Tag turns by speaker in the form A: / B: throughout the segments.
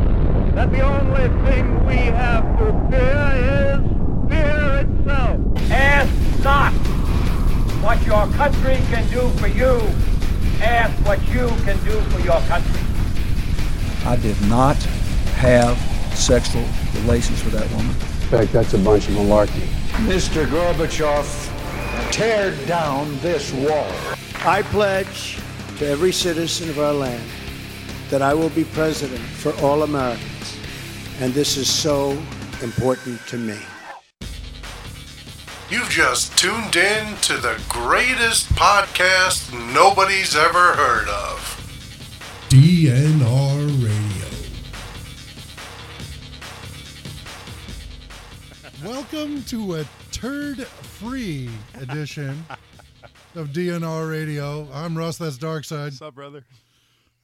A: And the only thing we have to fear is fear itself.
B: Ask not what your country can do for you. Ask what you can do for your country.
C: I did not have sexual relations with that woman.
D: In fact, that's a bunch of malarkey.
E: Mr. Gorbachev, tear down this wall.
F: I pledge to every citizen of our land that I will be president for all Americans. And this is so important to me.
G: You've just tuned in to the greatest podcast nobody's ever heard of
H: DNR Radio. Welcome to a turd free edition of DNR Radio. I'm Russ, that's Darkside.
I: What's up, brother?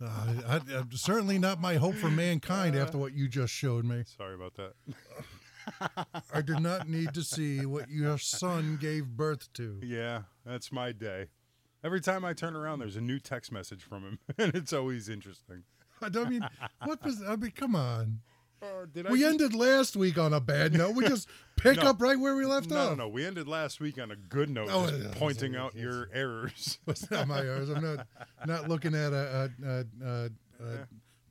H: Uh, I, I, certainly not my hope for mankind after what you just showed me.
I: Sorry about that.
H: I did not need to see what your son gave birth to.
I: Yeah, that's my day. Every time I turn around, there's a new text message from him, and it's always interesting.
H: I don't mean, what was, I mean, come on.
I: Uh, did
H: We
I: just-
H: ended last week on a bad note. We just pick
I: No.
H: up right where we left
I: No,
H: off.
I: no, no. We ended last week on a good note,
H: Oh,
I: just
H: yeah, yeah,
I: pointing
H: yeah,
I: out
H: yeah,
I: your errors.
H: It's not my errors. I'm not not looking at a, a, a, a, a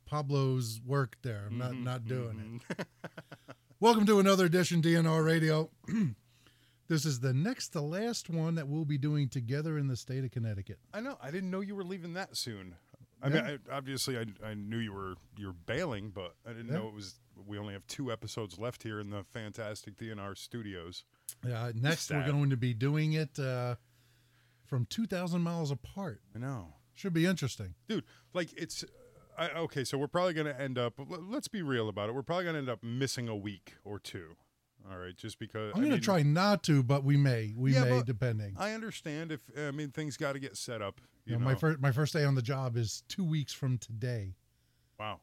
H: Pablo's work there. I'm
I: Mm-hmm.
H: not not doing it. Welcome to another edition DNR Radio. this is the next to last one that we'll be doing together in the state of Connecticut.
I: I know. I didn't know you were leaving that soon. I mean, I, obviously, I, I knew you were you're bailing, but I didn't
H: Yeah.
I: know it was. We only have two episodes left here in the fantastic DNR studios.
H: Uh, next, we're
I: Sad.
H: going to be doing it uh, from 2,000 miles apart.
I: I know.
H: Should be interesting.
I: dude like it's uh, I, okay so we're probably going to end up l- let's be real about it we're probably going to end up missing a week or two all right just because
H: I'm going
I: mean,
H: to try not to, but we may. We
I: Yeah,
H: may,
I: but
H: depending.
I: i understand if i mean things got to get set up you
H: You know,
I: know
H: my first my first day on the job is two weeks from today,
I: wow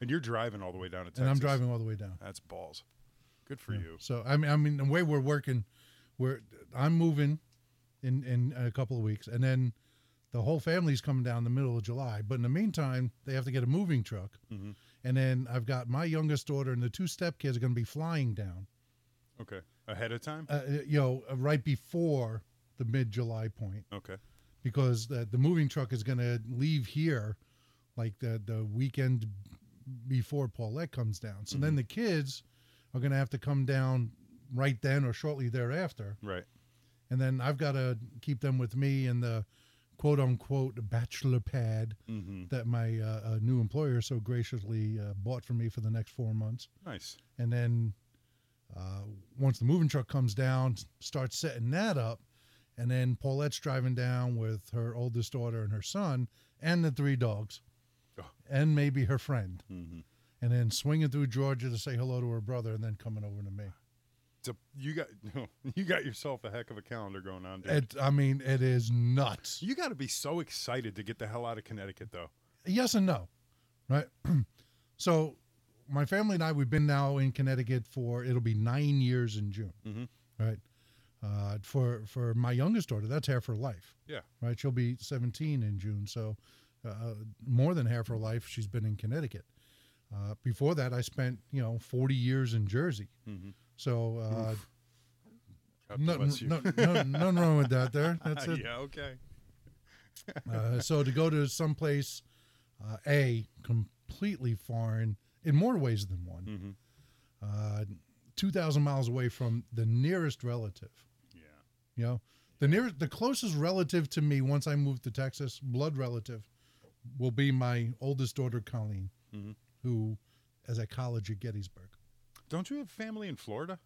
I: and you're driving all the way down to texas
H: and I'm driving all the way down.
I: that's balls good for you
H: So I mean, I mean, the way we're working, we're I'm moving in in a couple of weeks, and then the whole family's coming down the middle of July. But in the meantime, they have to get a moving truck, and then I've got my youngest daughter and the two step kids are going to be flying down.
I: okay ahead of time
H: Uh, you know, uh, right before the mid July point,
I: okay
H: because the, the moving truck is going to leave here, like the the weekend before Paulette comes down. So then the kids are going to have to come down right then or shortly thereafter.
I: right
H: and then I've got to keep them with me in the quote unquote bachelor pad
I: mm-hmm
H: that my uh, uh, new employer so graciously uh, bought for me for the next four months.
I: nice
H: And then uh, once the moving truck comes down, s- start setting that up. And then Paulette's driving down with her oldest daughter and her son and the three dogs
I: Oh.
H: and maybe her friend.
I: mm-hmm
H: And then swinging through Georgia to say hello to her brother and then coming over to me.
I: so you got you got yourself a heck of a calendar going on dude.
H: It, I mean, it is nuts.
I: you got to be so excited to get the hell out of connecticut though
H: yes and no, right? so, my family and I we've been now in Connecticut for it'll be nine years in June,
I: Mhm.
H: right? Uh, for for my youngest daughter, that's hair for life.
I: Yeah.
H: right. She'll be seventeen in June, so uh, more than hair for life. She's been in Connecticut. Uh, before that, I spent you know forty years in Jersey.
I: Mhm.
H: So. Uh,
I: God
H: Nothing,
I: bless you.
H: no- no- nothing wrong with that there. That's it.
I: yeah okay
H: Uh, so to go to someplace uh, a completely foreign in more ways than one,
I: mm-hmm
H: uh, two thousand miles away from the nearest relative.
I: Yeah.
H: You know, the nearest, the closest relative to me once I moved to Texas, blood relative, will be my oldest daughter Colleen,
I: Mhm.
H: who is at college at Gettysburg.
I: Don't you have family in Florida?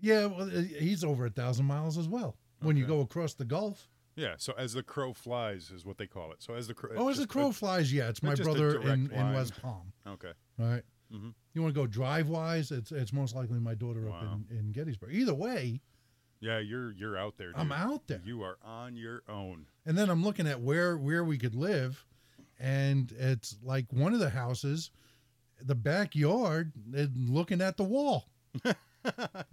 H: Yeah, well, uh, he's over a thousand miles as well. When you
I: Okay.
H: go across the Gulf,
I: Yeah. So as the crow flies is what they call it. So as the crow.
H: oh, as the crow flies, yeah, it's my
I: just a
H: brother
I: direct
H: in, in
I: line.
H: West Palm.
I: Okay.
H: Right.
I: Mhm.
H: You want to go drive wise? It's it's most likely my daughter up
I: Wow.
H: in, in Gettysburg. Either way,
I: Yeah, you're you're out there. Dude.
H: I'm out there,
I: You are on your own.
H: and then I'm looking at where where we could live, and it's like one of the houses, the backyard, is looking at the wall.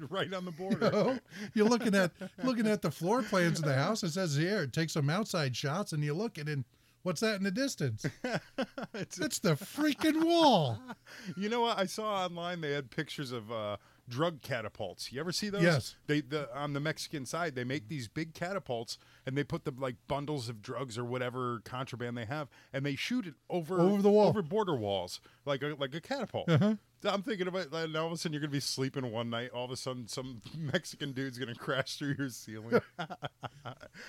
I: right on the
H: You
I: border.
H: know? You're looking at looking at the floor plans of the house. It says here it takes some outside shots, and you look and then What's that in the distance? it's the freaking wall.
I: You know what? I saw online they had pictures of uh, drug catapults. You ever see those?
H: Yes.
I: They the on the Mexican side they make these big catapults and they put the like bundles of drugs or whatever contraband they have and they shoot it over
H: Over the wall. Uh-huh.
I: over border walls like a, like a catapult. I'm thinking about that, and all of a sudden you're gonna be sleeping one night. All of a sudden, some Mexican dude's gonna crash through your ceiling.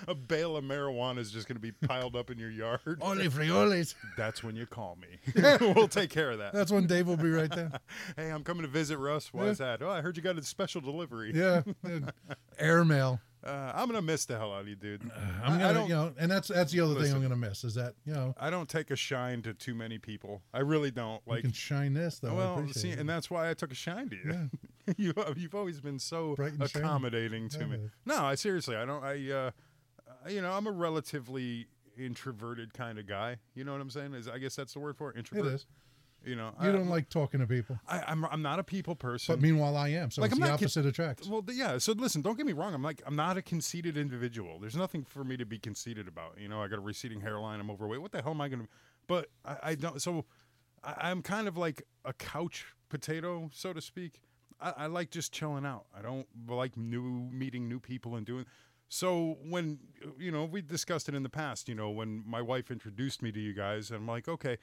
I: a bale of marijuana is just gonna be piled up in your yard.
H: Oli frijoles.
I: That's when you call me. we'll take care of that.
H: That's when Dave will be right there.
I: Hey, I'm coming to visit Russ. Why is that? Oh, I heard you got a special delivery.
H: Yeah. dude. Airmail.
I: Uh, I'm gonna miss the hell out of you, dude.
H: Uh, I'm
I: I
H: gonna,
I: don't-
H: you know, and that's that's the other
I: Listen.
H: thing I'm gonna miss is that you know
I: I don't take a shine to too many people. I really don't.
H: you
I: Like,
H: can shine this though. I
I: well,
H: appreciate
I: see,
H: it.
I: and that's why I took a shine to you. you you've always been so
H: Bright and shiny.
I: accommodating to me.
H: Yeah.
I: No, I seriously, I don't. I, uh, I- you know, I'm a relatively introverted kind of guy. You know what I'm saying? Is I guess that's the word for it,
H: it
I: introvert.
H: is.
I: You know,
H: You
I: I,
H: don't like talking to people,
I: I, I'm I'm not a people person.
H: but meanwhile I am. So
I: Like,
H: it's
I: I'm
H: the
I: not kid-
H: opposite attracts.
I: Well, th- yeah. So listen, don't get me wrong. I'm like, I'm not a conceited individual. There's nothing for me to be conceited about. You know, I got a receding hairline. I'm overweight. What the hell am I gonna? But I, I don't. So I, I'm kind of like a couch potato, so to speak. I, I like just chilling out. I don't like new meeting new people and doing. So when you know we discussed it in the past, you know when my wife introduced me to you guys, and I'm like, okay,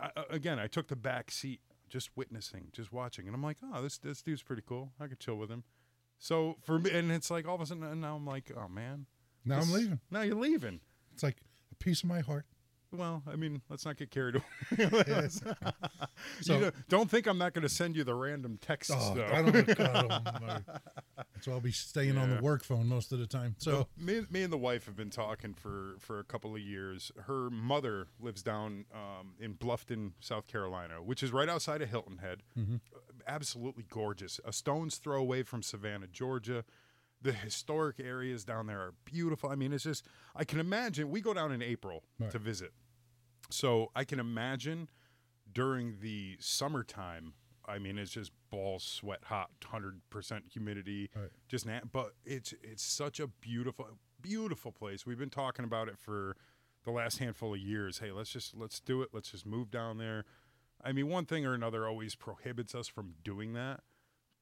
I: I, I- again, I took the back seat, just witnessing, just watching, and I'm like, oh, this this dude's pretty cool. I could chill with him. So for me, and it's like all of a sudden and now I'm like, oh man,
H: now I'm
I: this-
H: leaving.
I: Now you're leaving.
H: It's like a piece of my heart.
I: Well, I mean, let's not get carried away.
H: So-
I: you know, don't think I'm not going to send you the random texts
H: Oh,
I: though.
H: I don't. God, oh my. So I'll be staying on the
I: Yeah.
H: work phone most of the time. So
I: me, me and the wife have been talking for for a couple of years. Her mother lives down um, in Bluffton, South Carolina, which is right outside of Hilton Head. Absolutely gorgeous, a stone's throw away from Savannah, Georgia. The historic areas down there are beautiful. I mean, it's just I can imagine. We go down in April to visit, so I can imagine during the summertime. I mean, it's just ball sweat hot, hundred percent humidity.
H: Right.
I: Just na- but it's it's such a beautiful, beautiful place. We've been talking about it for the last handful of years. Hey, let's just let's do it. Let's just move down there. I mean, one thing or another always prohibits us from doing that.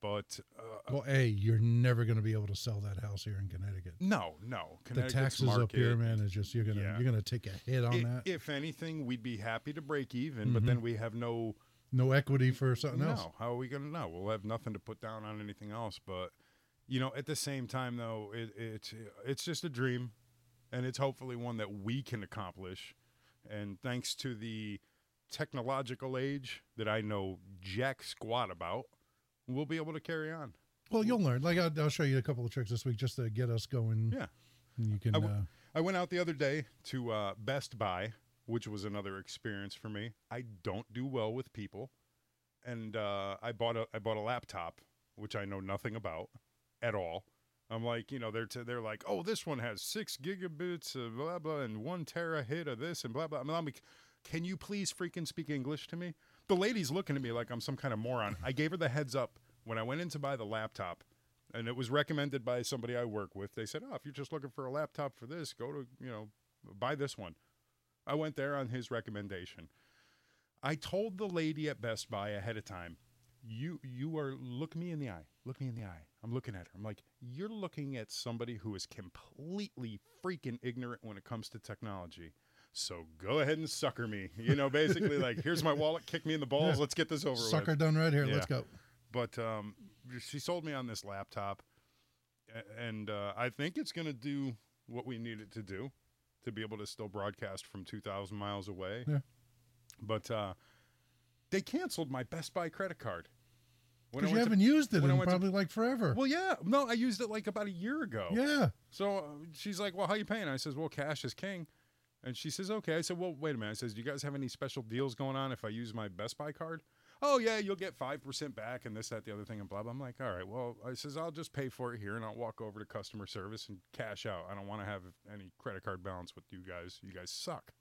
I: But uh,
H: well, a you're never going to be able to sell that house here in Connecticut.
I: no, no,
H: The
I: Connecticut's
H: taxes up here,
I: market-
H: man, is just you're gonna
I: Yeah.
H: you're gonna take a hit on
I: i-
H: that. Mm-hmm.
I: If anything, we'd be happy to break even, but then we have no
H: no equity for something else.
I: No, how are we going to know? We'll have nothing to put down on anything else. But you know, at the same time, though, it, it's it's just a dream, and it's hopefully one that we can accomplish. And thanks to the technological age that I know jack squat about, we'll be able to carry on.
H: Well, you'll learn. Like I'll, I'll show you a couple of tricks this week just to get us going.
I: Yeah.
H: and you can.
I: I w-
H: uh,
I: I went out the other day to uh, Best Buy, which was another experience for me. I don't do well with people, and uh, I bought a I bought a laptop, which I know nothing about at all. I'm like, you know, they're t- they're like, oh, this one has six gigabits of blah blah and one terahit of this and blah blah. I mean, I'm like, can you please freaking speak English to me? The lady's looking at me like I'm some kind of moron. I gave her the heads up when I went in to buy the laptop, and it was recommended by somebody I work with. They said, oh, if you're just looking for a laptop for this, go to you know, buy this one. I went there on his recommendation. I told the lady at Best Buy ahead of time, you you are look me in the eye. Look me in the eye. I'm looking at her. I'm like, you're looking at somebody who is completely freaking ignorant when it comes to technology. So go ahead and sucker me. You know, basically like, here's my wallet, kick me in the balls, let's get this over with.
H: sucker done right here. Let's
I: Yeah.
H: go.
I: But um, she sold me on this laptop, a- and uh, I think it's going to do what we need it to do to be able to still broadcast from 2,000 miles away.
H: Yeah.
I: But uh, they canceled my Best Buy credit card. When I
H: Because you
I: went to-
H: haven't used it
I: when I
H: in
I: went to-
H: probably like forever.
I: well, yeah. No, I used it like about a year ago.
H: yeah.
I: So uh, she's like, "Well, how you paying?" I says, "Well, cash is king." And she says, "Okay." I said, "Well, wait a minute." I says, "Do you guys have any special deals going on if I use my Best Buy card?" Oh yeah, you'll get five percent back and this, that, the other thing, and blah blah. I'm like, "All right." Well, I says, "I'll just pay for it here, and I'll walk over to customer service and cash out. I don't want to have any credit card balance with you guys. You guys suck."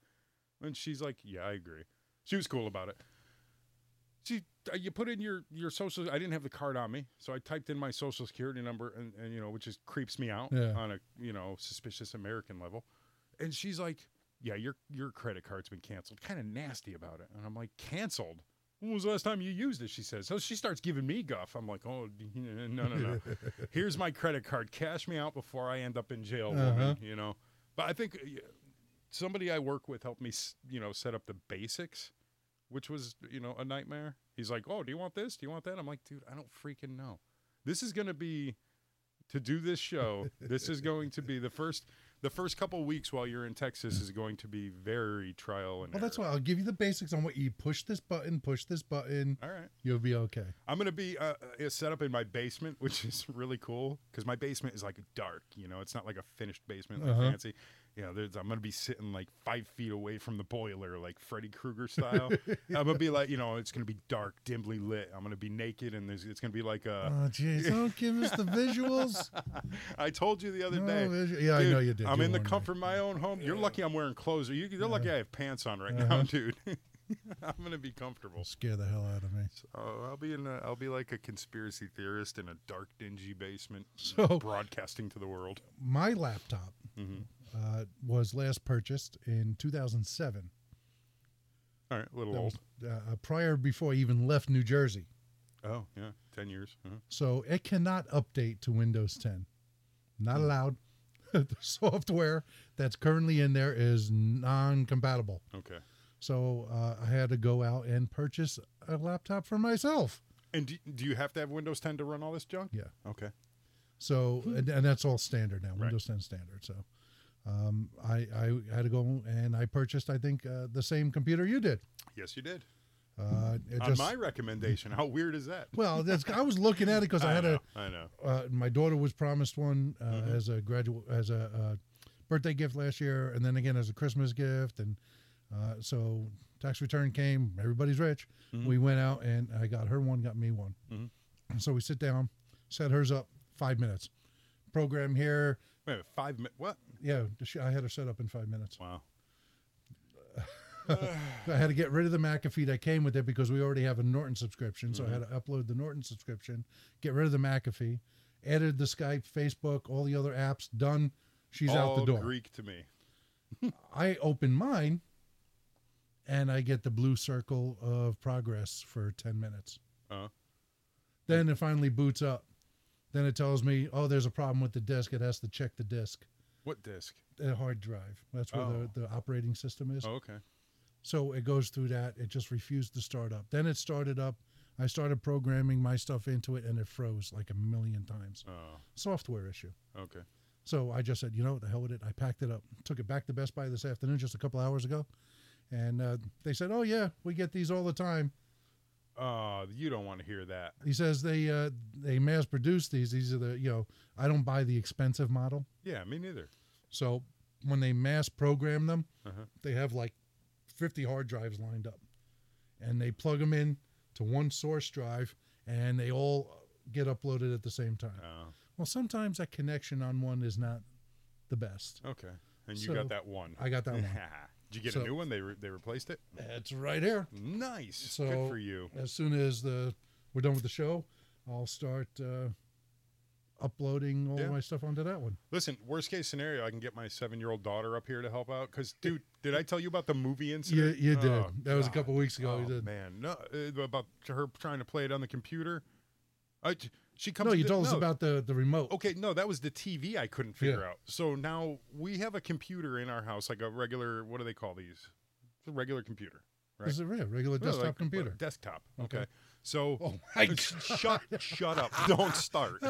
I: And she's like, "Yeah, I agree." She was cool about it. She, uh, you put in your your social. I didn't have the card on me, so I typed in my social security number, and, and you know, which just creeps me out
H: Yeah.
I: on a you know suspicious American level. And she's like, yeah, your your credit card's been canceled. Kind of nasty about it. And I'm like, canceled? When was the last time you used it? She says. So she starts giving me guff. I'm like, oh, no, no, no. Here's my credit card. Cash me out before I end up in jail, woman,
H: Uh-huh.
I: you know? But I think uh, somebody I work with helped me, s- you know, set up the basics, which was, you know, a nightmare. He's like, oh, do you want this? Do you want that? I'm like, dude, I don't freaking know. This is going to be to do this show. this is going to be the first the first couple weeks while you're in Texas is going to be very trial and
H: Well, that's why
I: error.
H: I'll give you the basics on what you push this button, push this button.
I: All right.
H: You'll be okay.
I: I'm gonna be uh, uh, set up in my basement, which is really cool because my basement is like dark. You know, it's not like a finished basement like
H: Uh-huh.
I: fancy. You know, there's, I'm gonna be sitting like five feet away from the boiler, like Freddy Krueger style. I'm gonna be like, you know, it's gonna be dark, dimly lit. I'm gonna be naked, and there's it's gonna be like a.
H: Oh, jeez. Don't give us the visuals.
I: I told you the other
H: Uh-huh. No,
I: day.
H: there's- yeah, I
I: dude,
H: know you did.
I: I'm
H: You
I: in the
H: warned me.
I: comfort of my own home. You're lucky I'm wearing clothes. You, you're
H: Uh-huh.
I: lucky I have pants on right now, dude. I'm gonna be comfortable.
H: Scare the hell out of me.
I: Oh, I'll be in. A, I'll be like a conspiracy theorist in a dark, dingy basement,
H: So-
I: broadcasting to the world.
H: My laptop
I: Mm-hmm.
H: uh, was last purchased in 2007.
I: All right, a little
H: That was,
I: old.
H: uh, prior before I even left New Jersey.
I: Oh, yeah, ten years. uh
H: So it cannot update to Windows 10.
I: Hmm.
H: Not allowed. the software that's currently in there is non compatible.
I: Okay.
H: So uh, I had to go out and purchase a laptop for myself.
I: And do, do you have to have Windows 10 to run all this junk?
H: Yeah.
I: Okay.
H: So and, and that's all standard now,
I: Hmm. Right.
H: Windows 10 standard. So um, I I had to go and I purchased I think uh, the same computer you did.
I: Yes, you did.
H: Uh, it
I: On my recommendation. How weird is that?
H: well, that's, I was looking at it because I, had
I: know,
H: a
I: I know.
H: uh, my daughter was promised one uh, as a graduate as a uh, birthday gift last year, and then again as a Christmas gift, and uh, so tax return came. Everybody's rich. We went out and I got her one, got me one. So we sit down, set hers up, five minutes, program here.
I: Wait a minute. Five minutes. What?
H: Yeah, she- I had her set up in five minutes.
I: Wow.
H: I had to get rid of the McAfee that came with it because we already have a Norton subscription. So I had to upload the Norton subscription, get rid of the McAfee, added the Skype, Facebook, all the other apps. Done. She's out the
I: All
H: door.
I: Greek to me.
H: I open mine, and I get the blue circle of progress for ten minutes.
I: Uh-huh.
H: Then it finally boots up. Then it tells me, "Oh, there's a problem with the disk. It has to check the disk,
I: What disc?
H: the hard drive. That's where
I: Oh.
H: the, the operating system is."
I: Oh, okay.
H: So it goes through that. It just refused to start up. Then it started up. I started programming my stuff into it and it froze like a million times.
I: Oh,
H: Software issue.
I: okay.
H: So I just said, you know what, the hell with it. I packed it up, took it back to Best Buy this afternoon, just a couple hours ago. And uh, they said, oh, yeah, we get these all the time.
I: Oh, you don't want to hear that.
H: He says they uh, they mass produce these. These are the, you know, I don't buy the expensive model.
I: Yeah, me neither.
H: So when they mass program them,
I: Uh-huh.
H: they have like 50 hard drives lined up and they plug them in to one source drive and they all get uploaded at the same time.
I: Oh,
H: Well, sometimes that connection on one is not the best.
I: okay. And you
H: So,
I: got that one.
H: I got that one.
I: Did you get
H: So-
I: a new one? They re- they replaced it.
H: It's right here.
I: Nice.
H: So-
I: Uh-huh. Good for you.
H: As soon as the we're done with the show, I'll start uh, uploading all
I: Yeah.
H: my stuff onto that one.
I: Listen, worst case scenario, I can get my seven year old daughter up here to help out. Because, dude, did I tell you about the movie
H: You,
I: incident?
H: you did.
I: Oh,
H: that was a
I: God.
H: couple weeks ago.
I: Oh,
H: you did.
I: man, no, uh, about her trying to play it on the computer. I, she comes.
H: No, you
I: to-
H: told us
I: no.
H: about the, the remote.
I: Okay, no, that was the TV I couldn't figure
H: Yeah.
I: out. So now we have a computer in our house, like a regular. What do they call these? It's a regular computer. right.
H: This is a real regular
I: No,
H: desktop
I: like,
H: computer.
I: Desktop.
H: Okay.
I: Okay. So
H: Oh my God.
I: shut shut up. Don't start.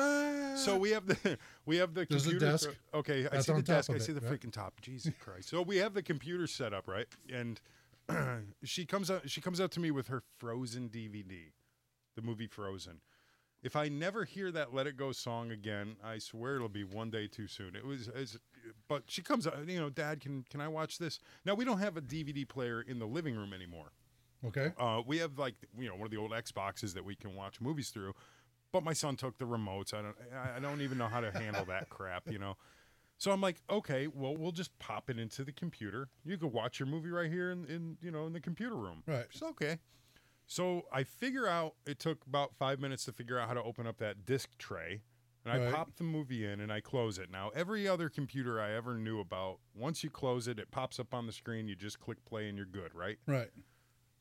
I: so we have the we have the
H: There's a
I: computer
H: desk.
I: thro- okay, I
H: That's
I: see
H: on
I: the
H: top
I: desk.
H: of
I: I
H: it,
I: see the
H: right?
I: freaking top. Jesus Christ. So we have the computer set up, right? And she comes out she comes out to me with her Frozen DVD. The movie Frozen. If I never hear that "Let It Go" song again, I swear it'll be one day too soon. It was, it's, but she comes out. You know, Dad, can can I watch this? Now we don't have a DVD player in the living room anymore.
H: Okay.
I: Uh, we have like you know one of the old Xboxes that we can watch movies through, but my son took the remotes. I don't I I don't even know how to handle that crap, you know. So I'm like, okay, well we'll just pop it into the computer. You could watch your movie right here in, in you know in the computer room.
H: Right.
I: It's okay. So I figure out it took about five minutes to figure out how to open up that disc tray and I
H: Right.
I: pop the movie in and I close it. Now, every other computer I ever knew about, once you close it, it pops up on the screen. You just click play and you're good, right?
H: Right.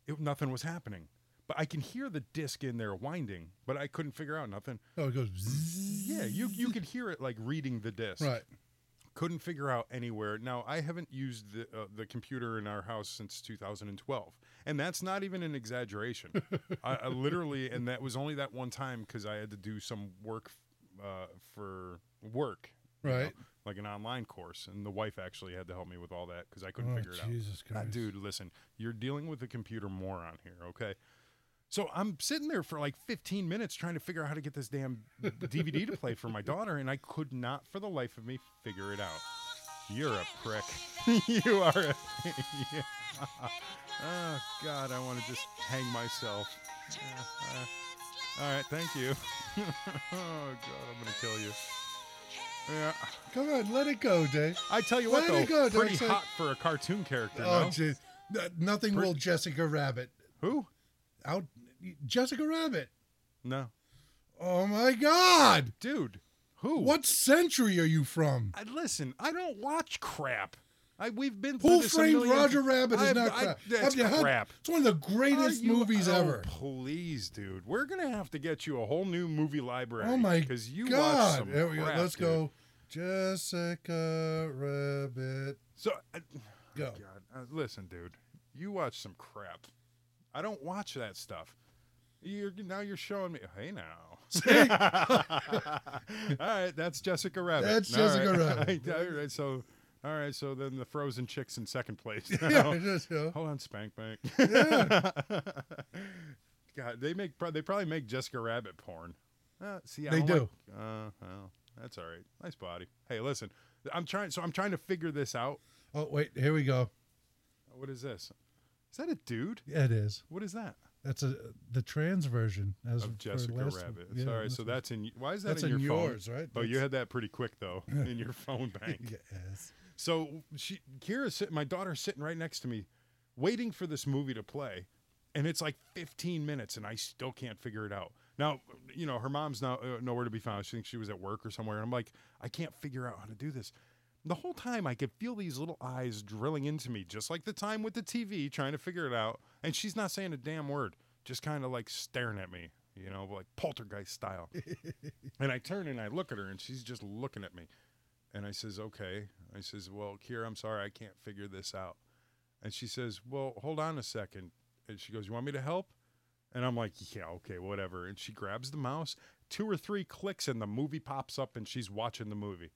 I: It, nothing was happening. But I can hear the disc in there winding, but I couldn't figure out nothing.
H: Oh, it goes. Bzzz.
I: Yeah, you you could hear it like reading the disc.
H: Right.
I: Couldn't figure out anywhere. Now I haven't used the uh, the computer in our house since 2012, and that's not even an exaggeration. I, I literally, and that was only that one time because I had to do some work uh, for work, you know,
H: Right.
I: like an online course, and the wife actually had to help me with all that because I couldn't
H: Oh,
I: figure it out.
H: Jesus
I: Uh,
H: Christ.
I: dude, listen, you're dealing with a computer moron here, okay? So I'm sitting there for like 15 minutes trying to figure out how to get this damn DVD to play for my daughter, and I could not for the life of me figure it out. You're a prick. you are a. yeah. Oh, God, I want to just hang myself. Yeah, uh, all right, thank you. oh, God, I'm going to kill you. Yeah.
H: Come on, let it go, Dave.
I: I tell you
H: Why
I: what,
H: did
I: though,
H: it go,
I: pretty
H: Dixon?
I: hot for a cartoon character.
H: Oh,
I: no?
H: jeez. No- Nothing will Jessica Rabbit
I: Who?
H: out. Jessica Rabbit.
I: No.
H: Oh my God!
I: Dude, who?
H: What century are you from?
I: I, listen, I don't watch crap. I we've been through
H: Who
I: this a
H: framed
I: million
H: Roger
I: ti-
H: Rabbit is
I: I-
H: not
I: I-
H: crap.
I: that's
H: Have you had-
I: crap.
H: It's one of the
I: Are
H: greatest
I: you-
H: movies
I: oh,
H: ever.
I: Please, dude, we're gonna have to get you a whole new movie library.
H: Oh my
I: Because you watch
H: God!
I: some
H: There we go.
I: crap,
H: Let's
I: dude.
H: go. Jessica Rabbit.
I: So, I-
H: Go.
I: God, uh, listen, dude, you watch some crap. I don't watch that stuff. You're now you're showing me. Hey now. all right, that's Jessica Rabbit.
H: That's
I: All right.
H: Jessica Rabbit.
I: all right, so all right, so then the frozen chicks in second place. now.
H: Yeah, just go.
I: Hold on, Spank Bank. God, they make pro- they probably make Jessica Rabbit porn. Uh, see, I
H: They
I: don't like- uh, well, that's all right. Nice body. Hey, listen, I'm trying. So I'm trying to figure this out.
H: Oh wait, here we go.
I: What is this? Is that a dude?
H: Yeah, it is.
I: What is that?
H: That's a the trans version as
I: Of
H: for
I: Jessica
H: last one.
I: Rabbit.
H: Yeah,
I: All right,
H: that's
I: so
H: what-
I: that's in. Why is that
H: that's
I: in your
H: in
I: phone?
H: yours, right?
I: Oh, you
H: That's-
I: had that pretty quick though in your phone bank.
H: Yes.
I: So she, Kira's sitting, my daughter's sitting right next to me, waiting for this movie to play, and it's like 15 minutes, and I still can't figure it out. Now, you know, her mom's now uh, nowhere to be found. She thinks she was at work or somewhere, and I'm like, I can't figure out how to do this. The whole time, I could feel these little eyes drilling into me, just like the time with the TV, trying to figure it out. And she's not saying a damn word, just kind of like staring at me, you know, like poltergeist style. and I turn and I look at her, and she's just looking at me. And I says, okay. I says, well, Kira, I'm sorry, I can't figure this out. And she says, well, hold on a second. And she goes, you want me to help? And I'm like, yeah, okay, whatever. And she grabs the mouse, two or three clicks, and the movie pops up, and she's watching the movie.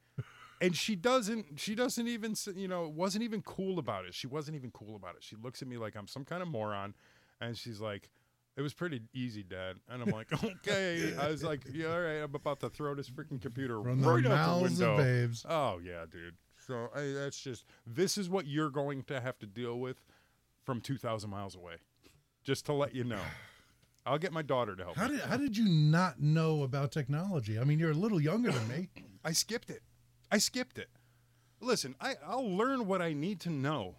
I: And she doesn't, she doesn't even, s- you know, wasn't even cool about it. She wasn't even cool about it. She looks at me like I'm some kind of moron. And she's like, it was pretty easy, Dad. And I'm like, okay. I was like, yeah, all right, I'm about to throw this freaking computer
H: From the
I: right out the
H: mouths
I: window.
H: of babes.
I: Oh yeah, dude. So I, that's just this is what you're going to have to deal with from 2,000 miles away. Just to let you know, I'll get my daughter to help.
H: How
I: me.
H: did how did you not know about technology? I mean, you're a little younger than me.
I: I skipped it. I skipped it. Listen, I, I'll learn what I need to know.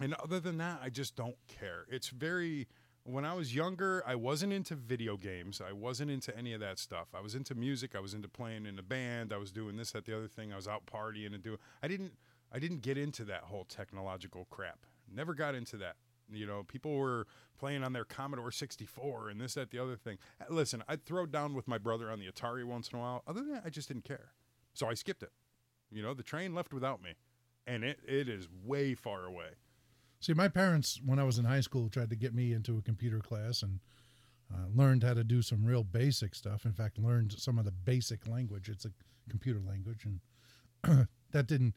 I: And other than that, I just don't care. It's very. When I was younger, I wasn't into video games. I wasn't into any of that stuff. I was into music. I was into playing in a band. I was doing this, that, the other thing. I was out partying and doing. I didn't. I didn't get into that whole technological crap. Never got into that. You know, people were playing on their Commodore 64 and this, that, the other thing. Uh, Listen, I'd throw down with my brother on the Atari once in a while. Other than that, I just didn't care. So I skipped it. You know, the train left without me, and it, it is way far away.
H: See, my parents, when I was in high school, tried to get me into a computer class and uh, learned how to do some real basic stuff. In fact, learned some of the basic language. It's a computer language, and that didn't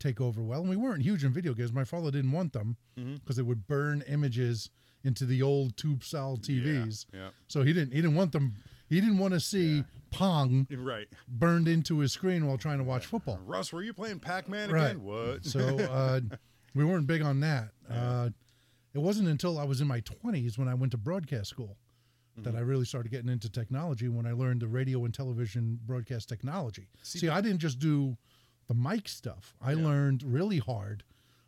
H: take over well. And we weren't huge in video games. My father didn't want them
I: Mm-hmm.
H: because they would burn images into the old tube style TVs.
I: yeah.
H: So he didn't. He didn't want them. He didn't want to see Pong
I: Right.
H: burned into his screen while trying to watch football.
I: Russ, were you playing Pac Man
H: Right.
I: again? What?
H: So uh, we weren't big on that. Uh, it wasn't until I was in my 20s when I went to broadcast school that I really started getting into technology when I learned the radio and television broadcast technology. See, I didn't just do the mic stuff, I learned really hard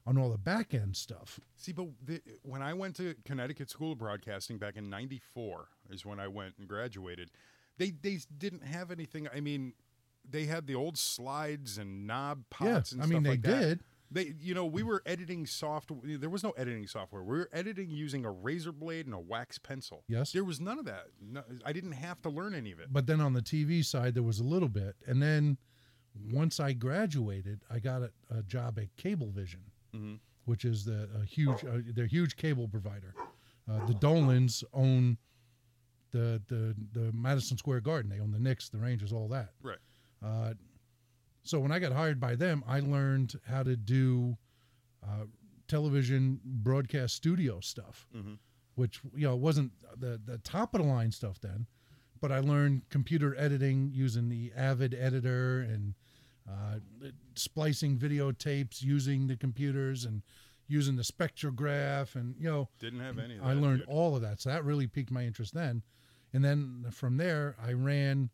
H: on all the back end stuff.
I: See, but the, when I went to Connecticut School of Broadcasting back in '94 is when I went and graduated. They they didn't have anything. I mean, they had the old slides and knob
H: Yeah,
I: pots and
H: I mean,
I: stuff
H: they
I: like that.
H: did.
I: They, you know, we were editing software. There was no editing software. We were editing using a razor blade and a wax pencil.
H: Yes.
I: There was none of that. No, I didn't have to learn any of it.
H: But then on the TV side, there was a little bit. And then once I graduated, I got a, a job at Cablevision,
I: Mhm.
H: which is the a huge, uh, they're a huge cable provider. Uh, the Dolans own the, the the Madison Square Garden. They own the Knicks, the Rangers, all that.
I: Right.
H: Uh, so when I got hired by them, I learned how to do uh, television broadcast studio stuff,
I: Mhm.
H: which you know wasn't the the top of the line stuff then, but I learned computer editing using the Avid editor and uh, splicing videotapes using the computers and using the spectrograph and you know
I: Didn't have any of that.
H: I learned
I: dude.
H: all of that. So that really piqued my interest then. And then from there, I ran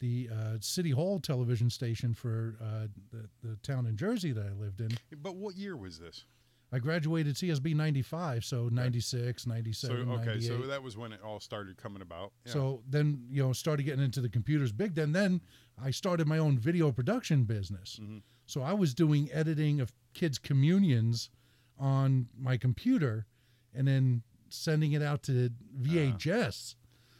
H: the uh, City Hall television station for uh, the, the town in Jersey that I lived in.
I: But what year was this?
H: I graduated CSB 95, so 96,
I: So
H: 97,
I: okay,
H: 98.
I: so that was when it all started coming about. Yeah.
H: So then, you know, started getting into the computers big. Then, then I started my own video production business.
I: Mm-hmm.
H: So I was doing editing of kids' communions on my computer, and then sending it out to
I: Ah.
H: VHS.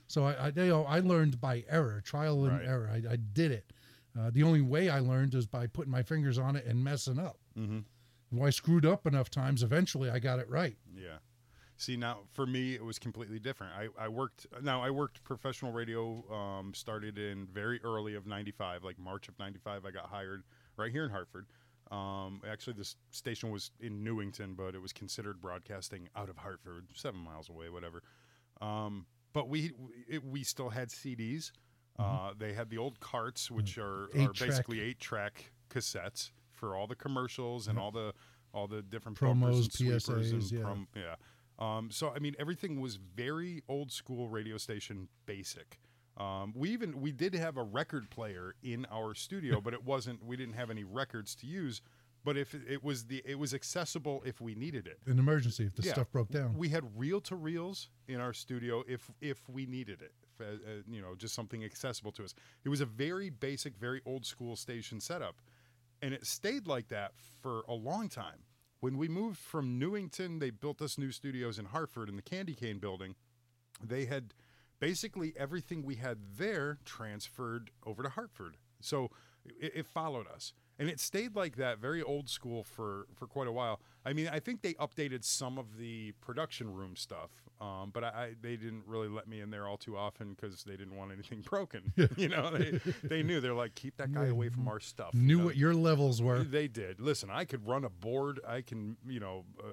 H: So I, I, you know, I learned by error, trial and
I: Right.
H: error. I, I did it. Uh, the only way I learned is by putting my fingers on it and messing up.
I: Mhm.
H: Well, I screwed up enough times. Eventually, I got it right.
I: Yeah. See now, for me, it was completely different. I, I worked now. I worked professional radio. Um, started in very early of '95, like March of '95. I got hired right here in Hartford. Um, actually, this station was in Newington, but it was considered broadcasting out of Hartford, seven miles away, whatever. Um, but we it, we still had CDs. Uh, they had the old carts, which are, are
H: eight-track.
I: basically eight track cassettes for all the commercials and all the all the different
H: Promos,
I: bumpers and sweepers and
H: PSAs, yeah.
I: prom- yeah. Um, so I mean, everything was very old school radio station basic. Um, we even we did have a record player in our studio, but it wasn't. We didn't have any records to use. But if it was the it was accessible if we needed it.
H: An emergency if the
I: Yeah.
H: stuff broke down.
I: We had reel to reels in our studio if if we needed it. If, uh, uh, you know, just something accessible to us. It was a very basic, very old school station setup, and it stayed like that for a long time. When we moved from Newington, they built us new studios in Hartford in the Candy Cane building. They had basically everything we had there transferred over to Hartford. So it, it followed us. And it stayed like that, very old school for, for quite a while. I mean, I think they updated some of the production room stuff, um, but I, I they didn't really let me in there all too often because they didn't want anything broken. you know, they, they knew they're like, keep that guy away from our stuff. you
H: Knew
I: know?
H: what your levels were.
I: they did. Listen, I could run a board. I can, you know, uh,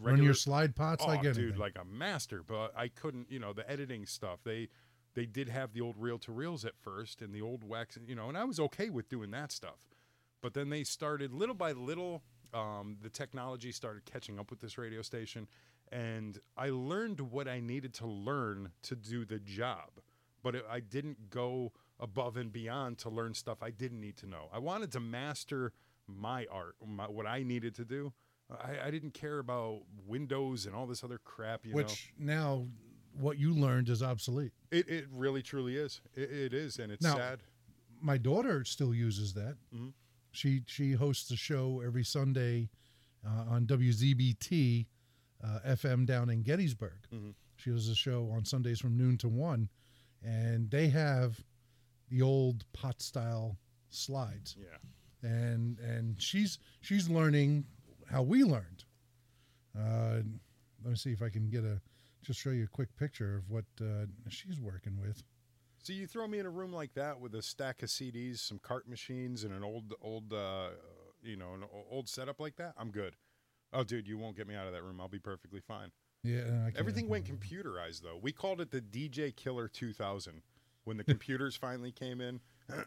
H: Run your
I: regular-
H: slide pots like
I: oh,
H: anything.
I: dude, like a master. But I couldn't, you know, the editing stuff. They they did have the old reel to reels at first and the old wax, you know, and I was okay with doing that stuff. But then they started little by little. Um, the technology started catching up with this radio station, and I learned what I needed to learn to do the job. But it, I didn't go above and beyond to learn stuff I didn't need to know. I wanted to master my art, my, what I needed to do. I, I didn't care about Windows and all this other crap. You know?
H: which now what you learned is obsolete.
I: It, it really truly is. It, it is, and it's
H: Now-
I: sad.
H: My daughter still uses that.
I: Mhm.
H: She she hosts a show every Sunday uh, on WZBT uh, FM down in Gettysburg.
I: Mhm.
H: She does a show on Sundays from noon to one, and they have the old pot style slides.
I: Yeah.
H: and and she's she's learning how we learned. Uh, let me see if I can get a just show you a quick picture of what uh, she's working with.
I: So you throw me in a room like that with a stack of CDs, some cart machines, and an old old uh, you know an o- old setup like that. I'm good. Oh, dude, you won't get me out of that room. I'll be perfectly fine.
H: Yeah, I can't-
I: Everything went computerized though. We called it the DJ Killer 2000 when the computers finally came in.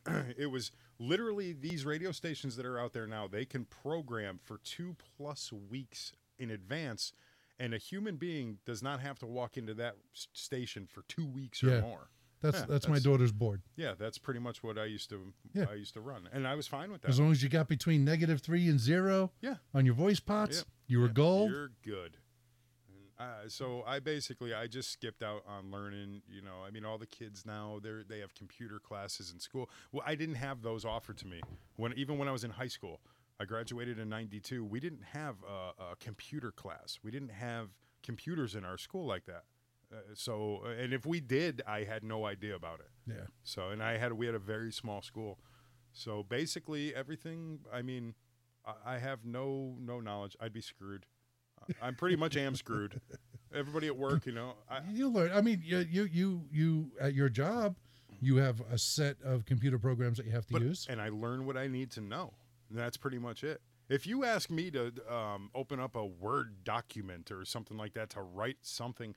I: it was literally these radio stations that are out there now. They can program for 2 plus weeks in advance and a human being does not have to walk into that s- station for 2 weeks or
H: Yeah.
I: more.
H: That's
I: Yeah,
H: that's my
I: that's-
H: daughter's board.
I: Yeah, that's pretty much what I used to
H: Yeah.
I: I used to run and I was fine with that.
H: As long as you got between negative three and zero
I: Yeah.
H: on your voice pots,
I: Yeah.
H: you were
I: Yeah,
H: gold.
I: You're good. And Uh, so I basically I just skipped out on learning. You know, I mean, all the kids now they are they have computer classes in school. Well, I didn't have those offered to me when even when I was in high school. I graduated in '92. We didn't have a, a computer class. We didn't have computers in our school like that. Uh, so, and if we did, I had no idea about it.
H: Yeah.
I: So, and I had we had a very small school. So basically, everything. I mean, I, I have no no knowledge. I'd be screwed. I- I'm pretty much am screwed. Everybody at work, you know. I,
H: you learn. I mean, you, you you you at your job, you have a set of computer programs that you have to
I: but-
H: use.
I: and I learn what I need to know. And that's pretty much it. If you ask me to um, open up a Word document or something like that to write something,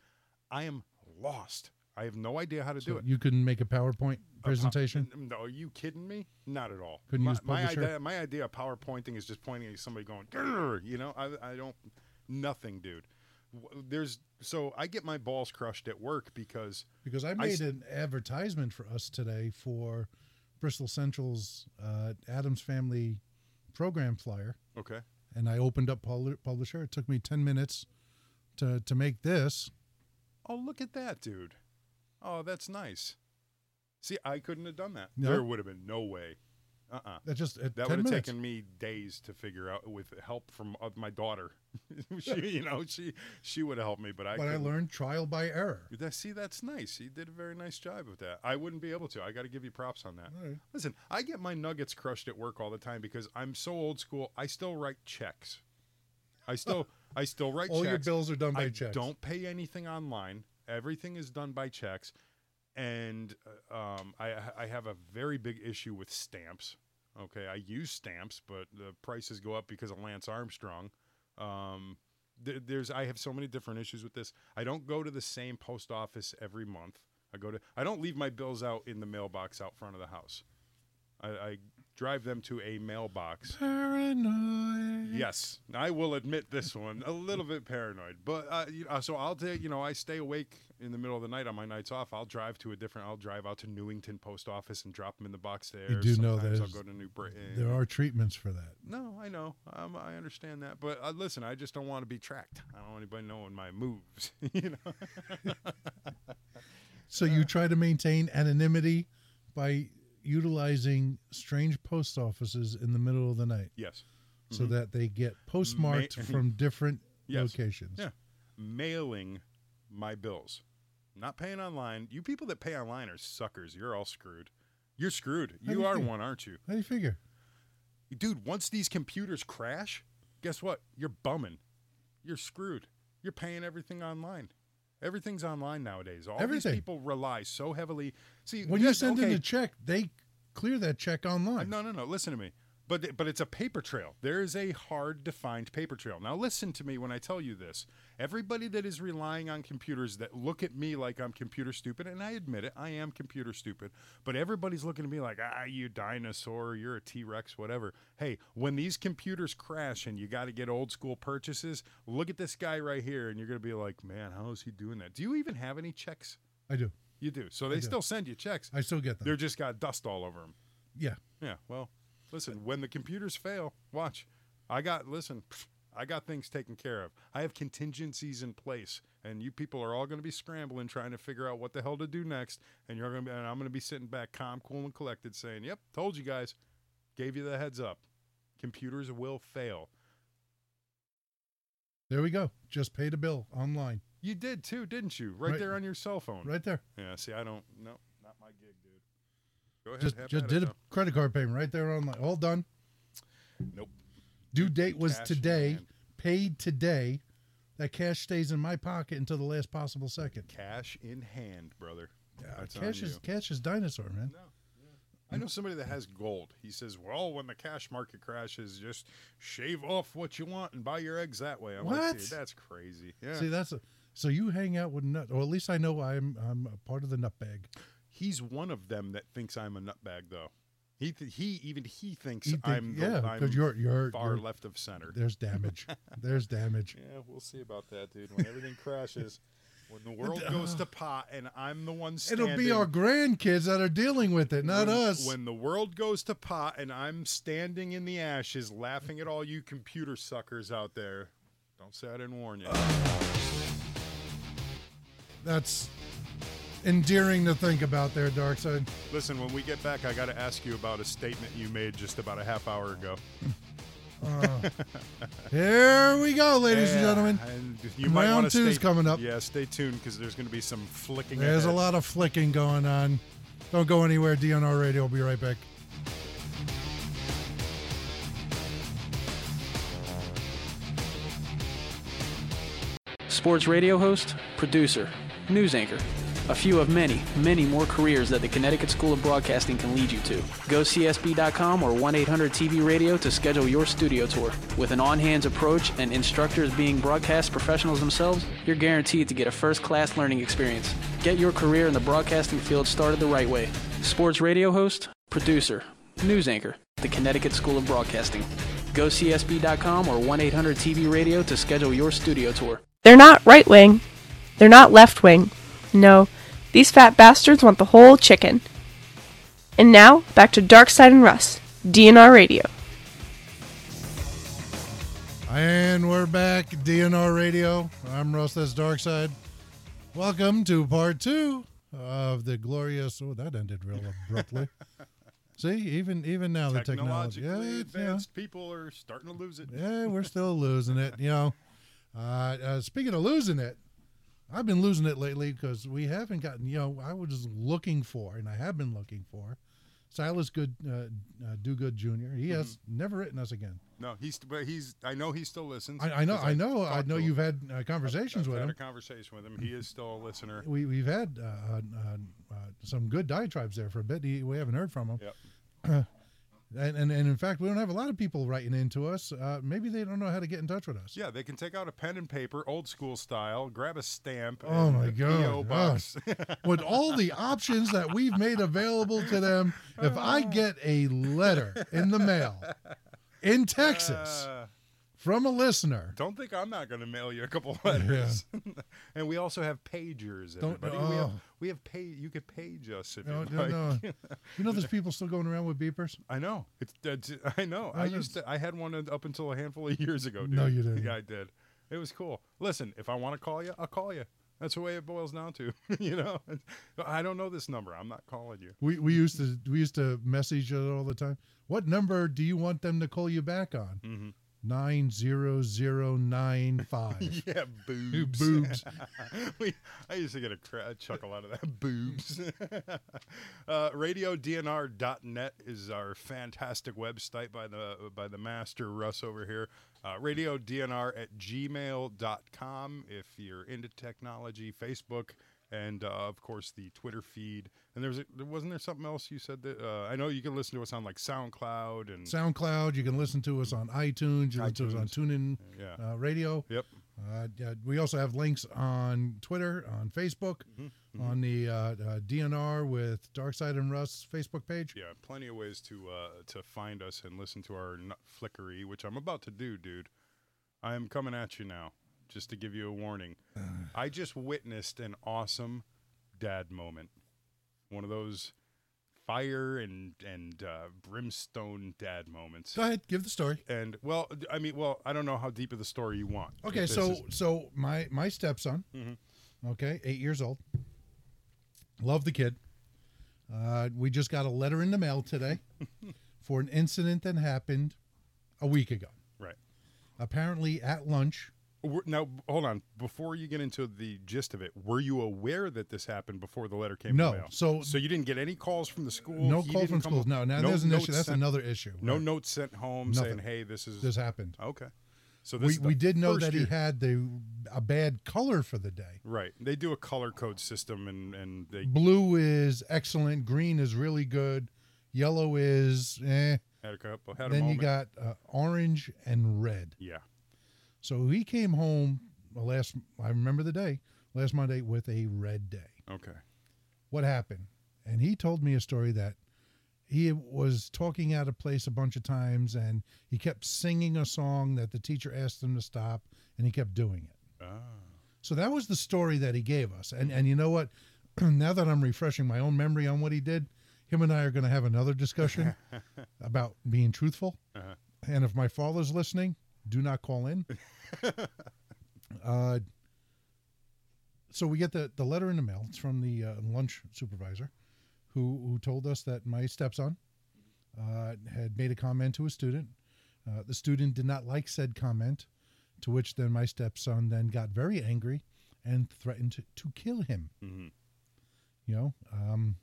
I: I am lost. I have no idea how to do
H: So
I: it.
H: you couldn't make a PowerPoint
I: A pow-
H: presentation.
I: n- No, are you kidding me? Not at all.
H: Couldn't
I: my,
H: use
I: my
H: Publisher?
I: idea. My idea of PowerPointing is just pointing at somebody going, "Grr," you know, I, I don't, nothing, dude. W- There's so I get my balls crushed at work because
H: Because I
I: s-
H: made an advertisement for us today for Bristol Central's uh, Adams Family program flyer,
I: okay,
H: and I opened up Pul- Publisher. It took me ten minutes to to make this.
I: oh look at that, dude. Oh, that's nice. See, I couldn't have done that.
H: No?
I: There would have been no way. Uh uh
H: That just at
I: That would
H: ten
I: have
H: minutes.
I: taken me days to figure out with help from uh, my daughter. she, you know, she she would have helped me, but I.
H: but I
I: couldn't.
H: learned trial by error.
I: That, see, that's nice. He did a very nice job with that. I wouldn't be able to. I got to give you props on that.
H: All right.
I: Listen, I get my nuggets crushed at work all the time because I'm so old school. I still write checks. I still, I still write
H: All
I: checks.
H: your bills are done by
I: I
H: checks.
I: don't pay anything online. Everything is done by checks, and uh, um, I, I have a very big issue with stamps. Okay, I use stamps, but the prices go up because of Lance Armstrong. Um, th- there's I have so many different issues with this. I don't go to the same post office every month. I go to I don't leave my bills out in the mailbox out front of the house. I, I drive them to a mailbox.
H: Paranoid.
I: Yes, I will admit this one a little bit paranoid, but uh, you know, so I'll take you know I stay awake in the middle of the night on my nights off. I'll drive to a different. I'll drive out to Newington post office and drop them in the box there.
H: do know
I: Sometimes
H: there's-
I: I'll go to New Britain.
H: There are treatments for that.
I: No, I know. Um, I understand that, but uh, listen, I just don't want to be tracked. I don't want anybody knowing my moves. you know.
H: So
I: Uh.
H: you try to maintain anonymity by utilizing strange post offices in the middle of the night
I: Yes.
H: so that they get postmarked from different
I: Mm-hmm. Yes.
H: locations.
I: Yeah. Mailing my bills, not paying online. You people that pay online are suckers. You're all screwed. You're screwed.
H: do
I: You
H: you
I: are
H: think?
I: one, aren't you?
H: How do you figure?
I: dude, once these computers crash, guess what? You're bumming. You're screwed. You're paying everything online. Everything's online nowadays. All
H: Everything.
I: these people rely so heavily. See,
H: When you
I: yes,
H: send
I: okay,
H: in a check, they clear that check online.
I: Uh, no, no, no. Listen to me. But but it's a paper trail. There is a hard defined paper trail. Now listen to me when I tell you this. Everybody that is relying on computers that look at me like I'm computer stupid, and I admit it, I am computer stupid. But everybody's looking at me like, ah, you dinosaur, you're a T Rex, whatever. Hey, when these computers crash and you got to get old school purchases, look at this guy right here, and you're gonna be like, man, how is he doing that? Do you even have any checks?
H: I do.
I: You do. So they still send you checks.
H: I still get them.
I: They're just got dust all over them.
H: yeah.
I: Yeah. Well, listen, when the computers fail, watch. I got listen, pff, I got things taken care of. I have contingencies in place, and you people are all going to be scrambling trying to figure out what the hell to do next, and you're going to and I'm going to be sitting back calm, cool and collected saying, "Yep, told you guys. Gave you the heads up. Computers will fail."
H: There we go. Just paid a bill online.
I: You did too, didn't you? Right,
H: Right.
I: there on your cell phone.
H: Right there.
I: Yeah, see, I don't no, not my gig, dude. Go ahead.
H: Just
I: have
H: just
I: at it,
H: did a
I: though.
H: credit card payment right there online. All done.
I: Nope.
H: Due date was
I: Cash in
H: today.
I: hand.
H: Paid today. That cash stays in my pocket until the last possible second.
I: Cash in hand, brother. That's on
H: cash
I: you.
H: is cash is dinosaur, man.
I: I know somebody that has gold. He says, "Well, when the cash market crashes, just shave off what you want and buy your eggs that way." I'm
H: What?
I: like, "Dude, that's crazy." Yeah.
H: See, that's a, so you hang out with nut, or at least I know I'm I'm a part of the nut bag.
I: He's one of them that thinks I'm a nutbag, though. He th- he even he thinks
H: He think-
I: I'm the-
H: yeah, 'cause
I: I'm
H: you're- you're-
I: far
H: you're-
I: left of center.
H: There's damage. There's damage.
I: Yeah, we'll see about that, dude. When everything crashes, when the world goes to pot, and I'm the one standing.
H: It'll be our grandkids that are dealing with it, not
I: when,
H: us.
I: When the world goes to pot and I'm standing in the ashes laughing at all you computer suckers out there, don't say I didn't warn you.
H: that's endearing to think about there, Dark Side.
I: Listen, when we get back, I got to ask you about a statement you made just about a half hour ago.
H: Here we go, ladies and gentlemen.
I: And you might
H: Round
I: wanna
H: two's
I: stay,
H: coming up.
I: Yeah, stay tuned because there's going to be some flicking.
H: There's a
I: ahead.
H: lot of flicking going on. Don't go anywhere. DNR Radio will be right back.
J: Sports radio host, producer, news anchor. A few of many, many more careers that the Connecticut School of Broadcasting can lead you to. Go CSB.com or 1 800 TV Radio to schedule your studio tour. With an on hands approach and instructors being broadcast professionals themselves, you're guaranteed to get a first class learning experience. Get your career in the broadcasting field started the right way. Sports radio host, producer, news anchor, the Connecticut School of Broadcasting. Go CSB.com or 1 800 TV Radio to schedule your studio tour.
K: They're not right wing. They're not left wing. No, these fat bastards want the whole chicken. And now, back to Darkside and Russ, DNR Radio.
H: And we're back, DNR Radio. I'm Russ, that's Darkside. Welcome to part two of the glorious. Oh, that ended real abruptly. See, even even now the technology.
I: Technologically
H: Yeah, it's- yeah,
I: advanced people are starting to lose it.
H: yeah, we're still losing it. You know, uh, uh, speaking of losing it, I've been losing it lately because we haven't gotten. You know, I was looking for, and I have been looking for, Silas Good uh, uh, Do Good Jr.
I: Mm-hmm.
H: He has never written us again.
I: No, he's but he's. I know he still listens.
H: I, I know,
I: 'cause
H: I know, I
I: talked
H: know.
I: to him.
H: You've had uh,
I: I've
H: conversations with
I: had
H: him.
I: a conversation with him. He is still a listener.
H: we we've had uh, uh, uh, some good diatribes there for a bit. He, we haven't heard from him.
I: Yep.
H: And, and and in fact, we don't have a lot of people writing into us. Uh, maybe they don't know how to get in touch with us.
I: Yeah, they can take out a pen and paper, old school style, grab a stamp.
H: Oh
I: and
H: my
I: a PO
H: God!
I: box.
H: Ugh. with all the options that we've made available to them, if I get a letter in the mail in Texas
I: Uh,
H: from a listener,
I: don't think I'm not going to mail you a couple letters. and we also have pagers.
H: Don't-
I: Everybody. We have
H: oh.
I: we have pay. You could page us if
H: you know,
I: you
H: you
I: like.
H: know, you know, there's people still going around with beepers.
I: I know. It's that's, I know. I
H: I
I: used to. I had one up until a handful of years ago. Dude.
H: No, you didn't.
I: Yeah, I did. It was cool. Listen, if I want to call you, I'll call you. That's the way it boils down to. you know, I don't know this number. I'm not calling you.
H: We we used to we used to message it all the time. What number do you want them to call you back
I: Mm-hmm.
H: on? Nine zero zero nine five.
I: Yeah, boobs.
H: boobs.
I: we, I used to get a, cra- a chuckle out of that. boobs. uh, RadioDNR.net is our fantastic website by the by the master Russ over here. Uh, RadioDNR at gmail.com if you're into technology, Facebook, and uh, of course the Twitter feed. And there's a, there wasn't there something else you said that uh, I know you can listen to us on like SoundCloud and
H: SoundCloud. You can listen to us on iTunes. You can listen to us on TuneIn
I: Yeah.
H: uh, Radio.
I: yep.
H: Uh, d- uh, we also have links on Twitter, on Facebook,
I: Mm-hmm.
H: on the uh, uh, DNR with Darkside and Russ Facebook page.
I: Yeah, plenty of ways to uh, to find us and listen to our nut flickery, which I'm about to do, dude. I am coming at you now, just to give you a warning. I just witnessed an awesome dad moment, one of those fire and and uh, brimstone dad moments.
H: Go ahead, give the story.
I: And well, d- I mean, well, I don't know how deep of the story you want. If
H: Okay,
I: this
H: so
I: is- Mm-hmm.
H: so my my stepson, okay, eight years old. Love the kid. Uh, we just got a letter in the mail today for an incident that happened a week ago.
I: right
H: Apparently at lunch.
I: Were- now, hold on. Before you get into the gist of it, were you aware that this happened before the letter came? in the
H: No,
I: mail?
H: so-
I: so you didn't get any calls from the school.
H: No
I: He
H: call
I: didn't
H: from
I: come
H: schools.
I: home-
H: No, now there's an
I: notes
H: issue. That's
I: sent-
H: another issue.
I: No
H: right?
I: notes sent home
H: Nothing.
I: saying, "Hey, this is
H: this happened.
I: okay." So this
H: We,
I: is the
H: we did know
I: first
H: that he
I: year-
H: had the a bad color for the day.
I: Right. They do a color code system, and and they
H: Blue is excellent. Green is really good. Yellow is eh.
I: had a couple had a
H: Then you
I: moment.
H: got uh, orange and red.
I: yeah.
H: So he came home last, I remember the day, last Monday with a red day.
I: Okay.
H: What happened? And he told me a story that he was talking out of place a bunch of times and he kept singing a song that the teacher asked him to stop and he kept doing it. So that was the story that he gave us. And and you know what? now that I'm refreshing my own memory on what he did, him and I are going to have another discussion about being truthful.
I: Uh-huh.
H: And if my father's listening, do not call in. uh, so we get the, the letter in the mail. It's from the uh, lunch supervisor, who who told us that my stepson uh, had made a comment to a student. Uh, the student did not like said comment, to which then my stepson then got very angry and threatened to, to kill him.
I: Mhm.
H: You know, um,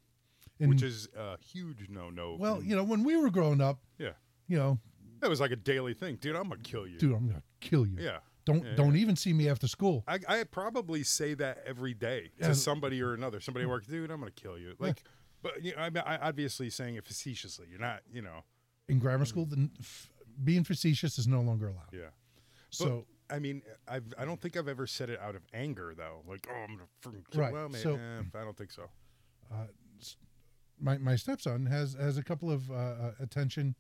I: which
H: and-
I: is a huge no-no.
H: well,
I: in-
H: you know, when we were growing up,
I: yeah,
H: you know,
I: that was like a daily thing, dude. I'm gonna kill you,
H: dude, I'm gonna kill you.
I: Yeah.
H: Don't
I: Yeah,
H: don't even see me after school.
I: I, I probably say that every day
H: Yeah.
I: to somebody or another. Somebody at work, dude, I'm gonna kill you. Like, but you know, I mean, I obviously saying it facetiously. You're not, you know,
H: In
I: Mm.
H: grammar school, the, f- being facetious is no longer allowed.
I: yeah.
H: So-
I: but, I mean, I've I don't think I've ever said it out of anger though. Like, oh, I'm gonna freaking kill.
H: Right,
I: Well, man, Eh,
H: so-
I: I don't think so.
H: Uh, s- my my stepson has has a couple of uh, uh, attention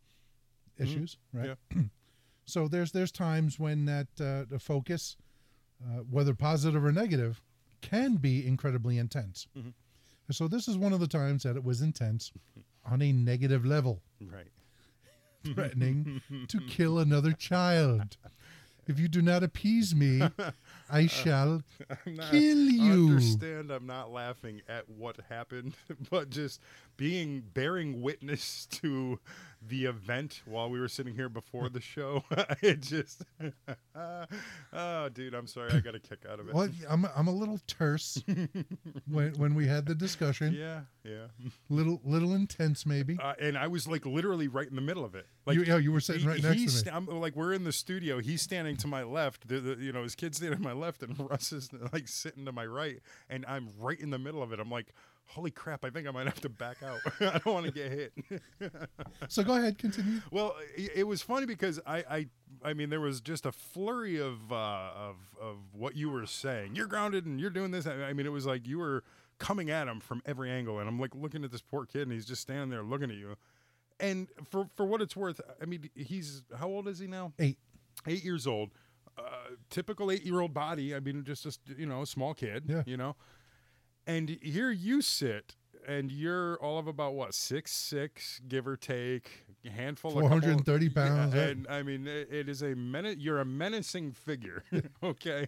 I: Mhm.
H: issues, right? so there's there's times when that uh, the focus, uh, whether positive or negative, can be incredibly intense.
I: Mhm.
H: So this is one of the times that it was intense on a negative level.
I: Right.
H: threatening to kill another child. If you do not appease me, I shall
I: Uh, I'm not,
H: kill you.
I: Understand? I'm not laughing at what happened, but just being bearing witness to the event while we were sitting here before the show. it just, oh, dude, I'm sorry. I got a kick out of it.
H: Well, I'm, I'm a little terse when, when we had the discussion.
I: Yeah, yeah.
H: Little little intense maybe.
I: Uh, and I was like literally right in the middle of it. Like
H: You- yeah, you were sitting right next to
I: he's
H: me.
I: sta- I'm, like we're in the studio. He's standing to my left. The, the, you know, his kid's standing to my left, and Russ is like sitting to my right, and I'm right in the middle of it. I'm like, holy crap! I think I might have to back out. I don't want to get hit.
H: So go ahead, continue.
I: well, it, it was funny because I, I, I mean, there was just a flurry of uh, of of what you were saying. You're grounded and you're doing this. I I mean, it was like you were coming at him from every angle, and I'm like looking at this poor kid, and he's just standing there looking at you. And for for what it's worth, I mean, he's how old is he now?
H: Eight.
I: Eight years old. Uh, typical eight year old body. I mean, just just you know, a small kid.
H: Yeah.
I: You know, and here you sit. And you're all of about what six six give or take a handful of couple-
H: 430 pounds, right?
I: and I mean it, it is a menace. You're a menacing figure, okay?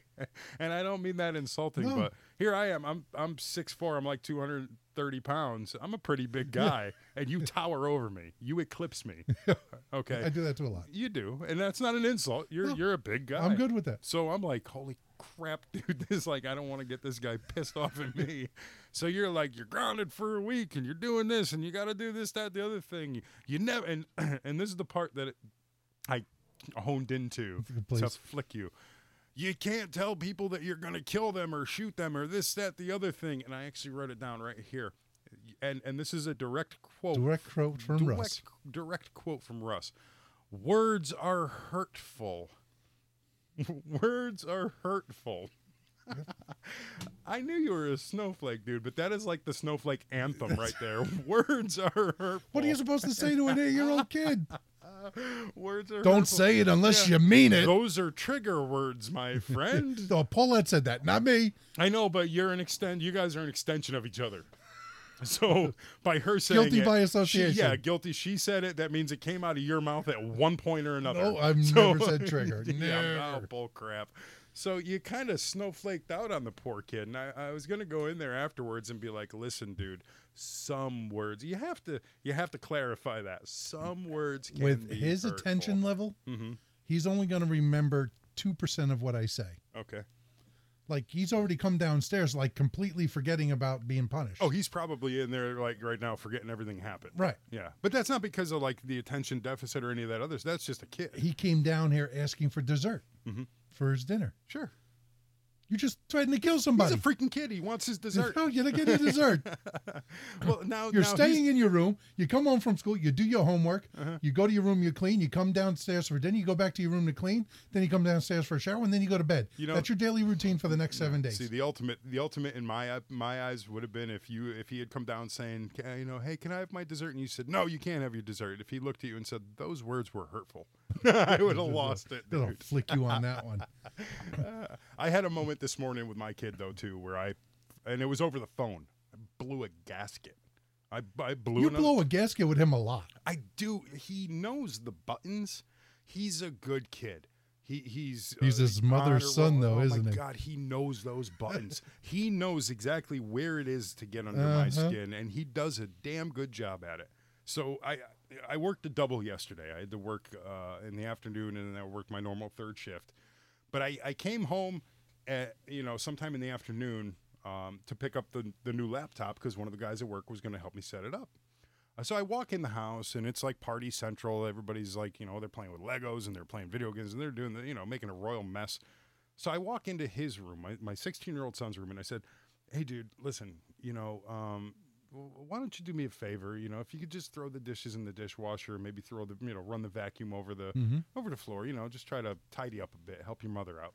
I: And I don't mean that insulting,
H: No.
I: but here I am. I'm I'm six four. I'm like 230 pounds. I'm a pretty big guy, and you tower over me. You eclipse me. Okay,
H: I do that to a lot.
I: You do, and that's not an insult. You're
H: No.
I: you're a big guy.
H: I'm good with that.
I: So I'm like, holy crap, dude! This like I don't want to get this guy pissed off at me. So you're like, you're grounded for a week, and you're doing this, and you got to do this, that, the other thing. You never, and and this is the part that it, I honed into to
H: Please.
I: flick you. You can't tell people that you're gonna kill them or shoot them or this, that, the other thing. And I actually wrote it down right here, and and this is a direct quote
H: Direct quote from
I: direct,
H: Russ.
I: Direct quote from Russ. Words are hurtful. Words are hurtful. I knew you were a snowflake, dude, but that is like the snowflake anthem right there. Words are hurtful.
H: What are you supposed to say to an eight year old kid?
I: Words are
H: Don't
I: hurtful.
H: say it unless
I: Yeah.
H: you mean it.
I: Those are trigger words, my friend.
H: Oh, Paulette said that, not me.
I: I know, but you're an extend. You guys are an extension of each other. So by her saying
H: Guilty
I: it,
H: by
I: she-
H: association.
I: yeah, guilty. She said it. That means it came out of your mouth at one point or another.
H: No, I've never said trigger.
I: yeah,
H: Never.
I: oh, bull crap. So you kind of snowflaked out on the poor kid, and I, I was gonna go in there afterwards and be like, "Listen, dude, some words you have to you have to clarify that. Some words can
H: With
I: be
H: his
I: hurtful."
H: attention level,
I: Mhm.
H: he's only going to remember 2% of what I say.
I: Okay.
H: Like he's already come downstairs, like completely forgetting about being punished.
I: Oh, he's probably in there like right now, forgetting everything happened.
H: right.
I: Yeah, but that's not because of like the attention deficit or any of that others. That's just a kid.
H: He came down here asking for dessert
I: Mhm.
H: for his dinner.
I: sure,
H: You just threatened to kill somebody.
I: he's a freaking kid. He wants his dessert.
H: No, you're not getting dessert.
I: well,
H: You're
I: now now he's-
H: staying in your room. You come home from school. You do your homework.
I: Uh-huh.
H: You go to your room. You clean. You come downstairs for dinner. You go back to your room to clean. Then you come downstairs for a shower, and then you go to bed.
I: You know-
H: that's your daily routine for the next seven days.
I: See, the ultimate, the ultimate in my my eyes would have been if you if he had come down saying, "Can I- you know, hey, can I have my dessert? And you said, no, you can't have your dessert. If he looked at you and said those words were hurtful, I would have lost it.
H: It'll
I: dude.
H: flick you on that one.
I: Uh, I had a moment this morning with my kid though too, where I, and it was over the phone. I blew a gasket. I, I blew.
H: You
I: another-
H: blow a gasket with him a lot.
I: I do. He knows the buttons. He's a good kid. He he's
H: He's his mother's
I: on a
H: son,
I: roll.
H: though,
I: oh
H: isn't
I: my
H: he?
I: God, he knows those buttons. he knows exactly where it is to get under my
H: Uh-huh.
I: skin, and he does a damn good job at it. So I I worked a double yesterday. I had to work uh, in the afternoon, and then I worked my normal third shift. But I I came home at you know sometime in the afternoon um, to pick up the the new laptop because one of the guys at work was going to help me set it up. Uh, So I walk in the house and it's like party central. Everybody's like, you know, they're playing with Legos and they're playing video games and they're doing the, you know, making a royal mess. So I walk into his room, my- my 16 year old son's room, and I said, Hey, dude, listen, you know, um, w- why don't you do me a favor? You know, if you could just throw the dishes in the dishwasher, maybe throw the, you know, run the vacuum over the,
H: Mhm.
I: over the floor, you know, just try to tidy up a bit, help your mother out.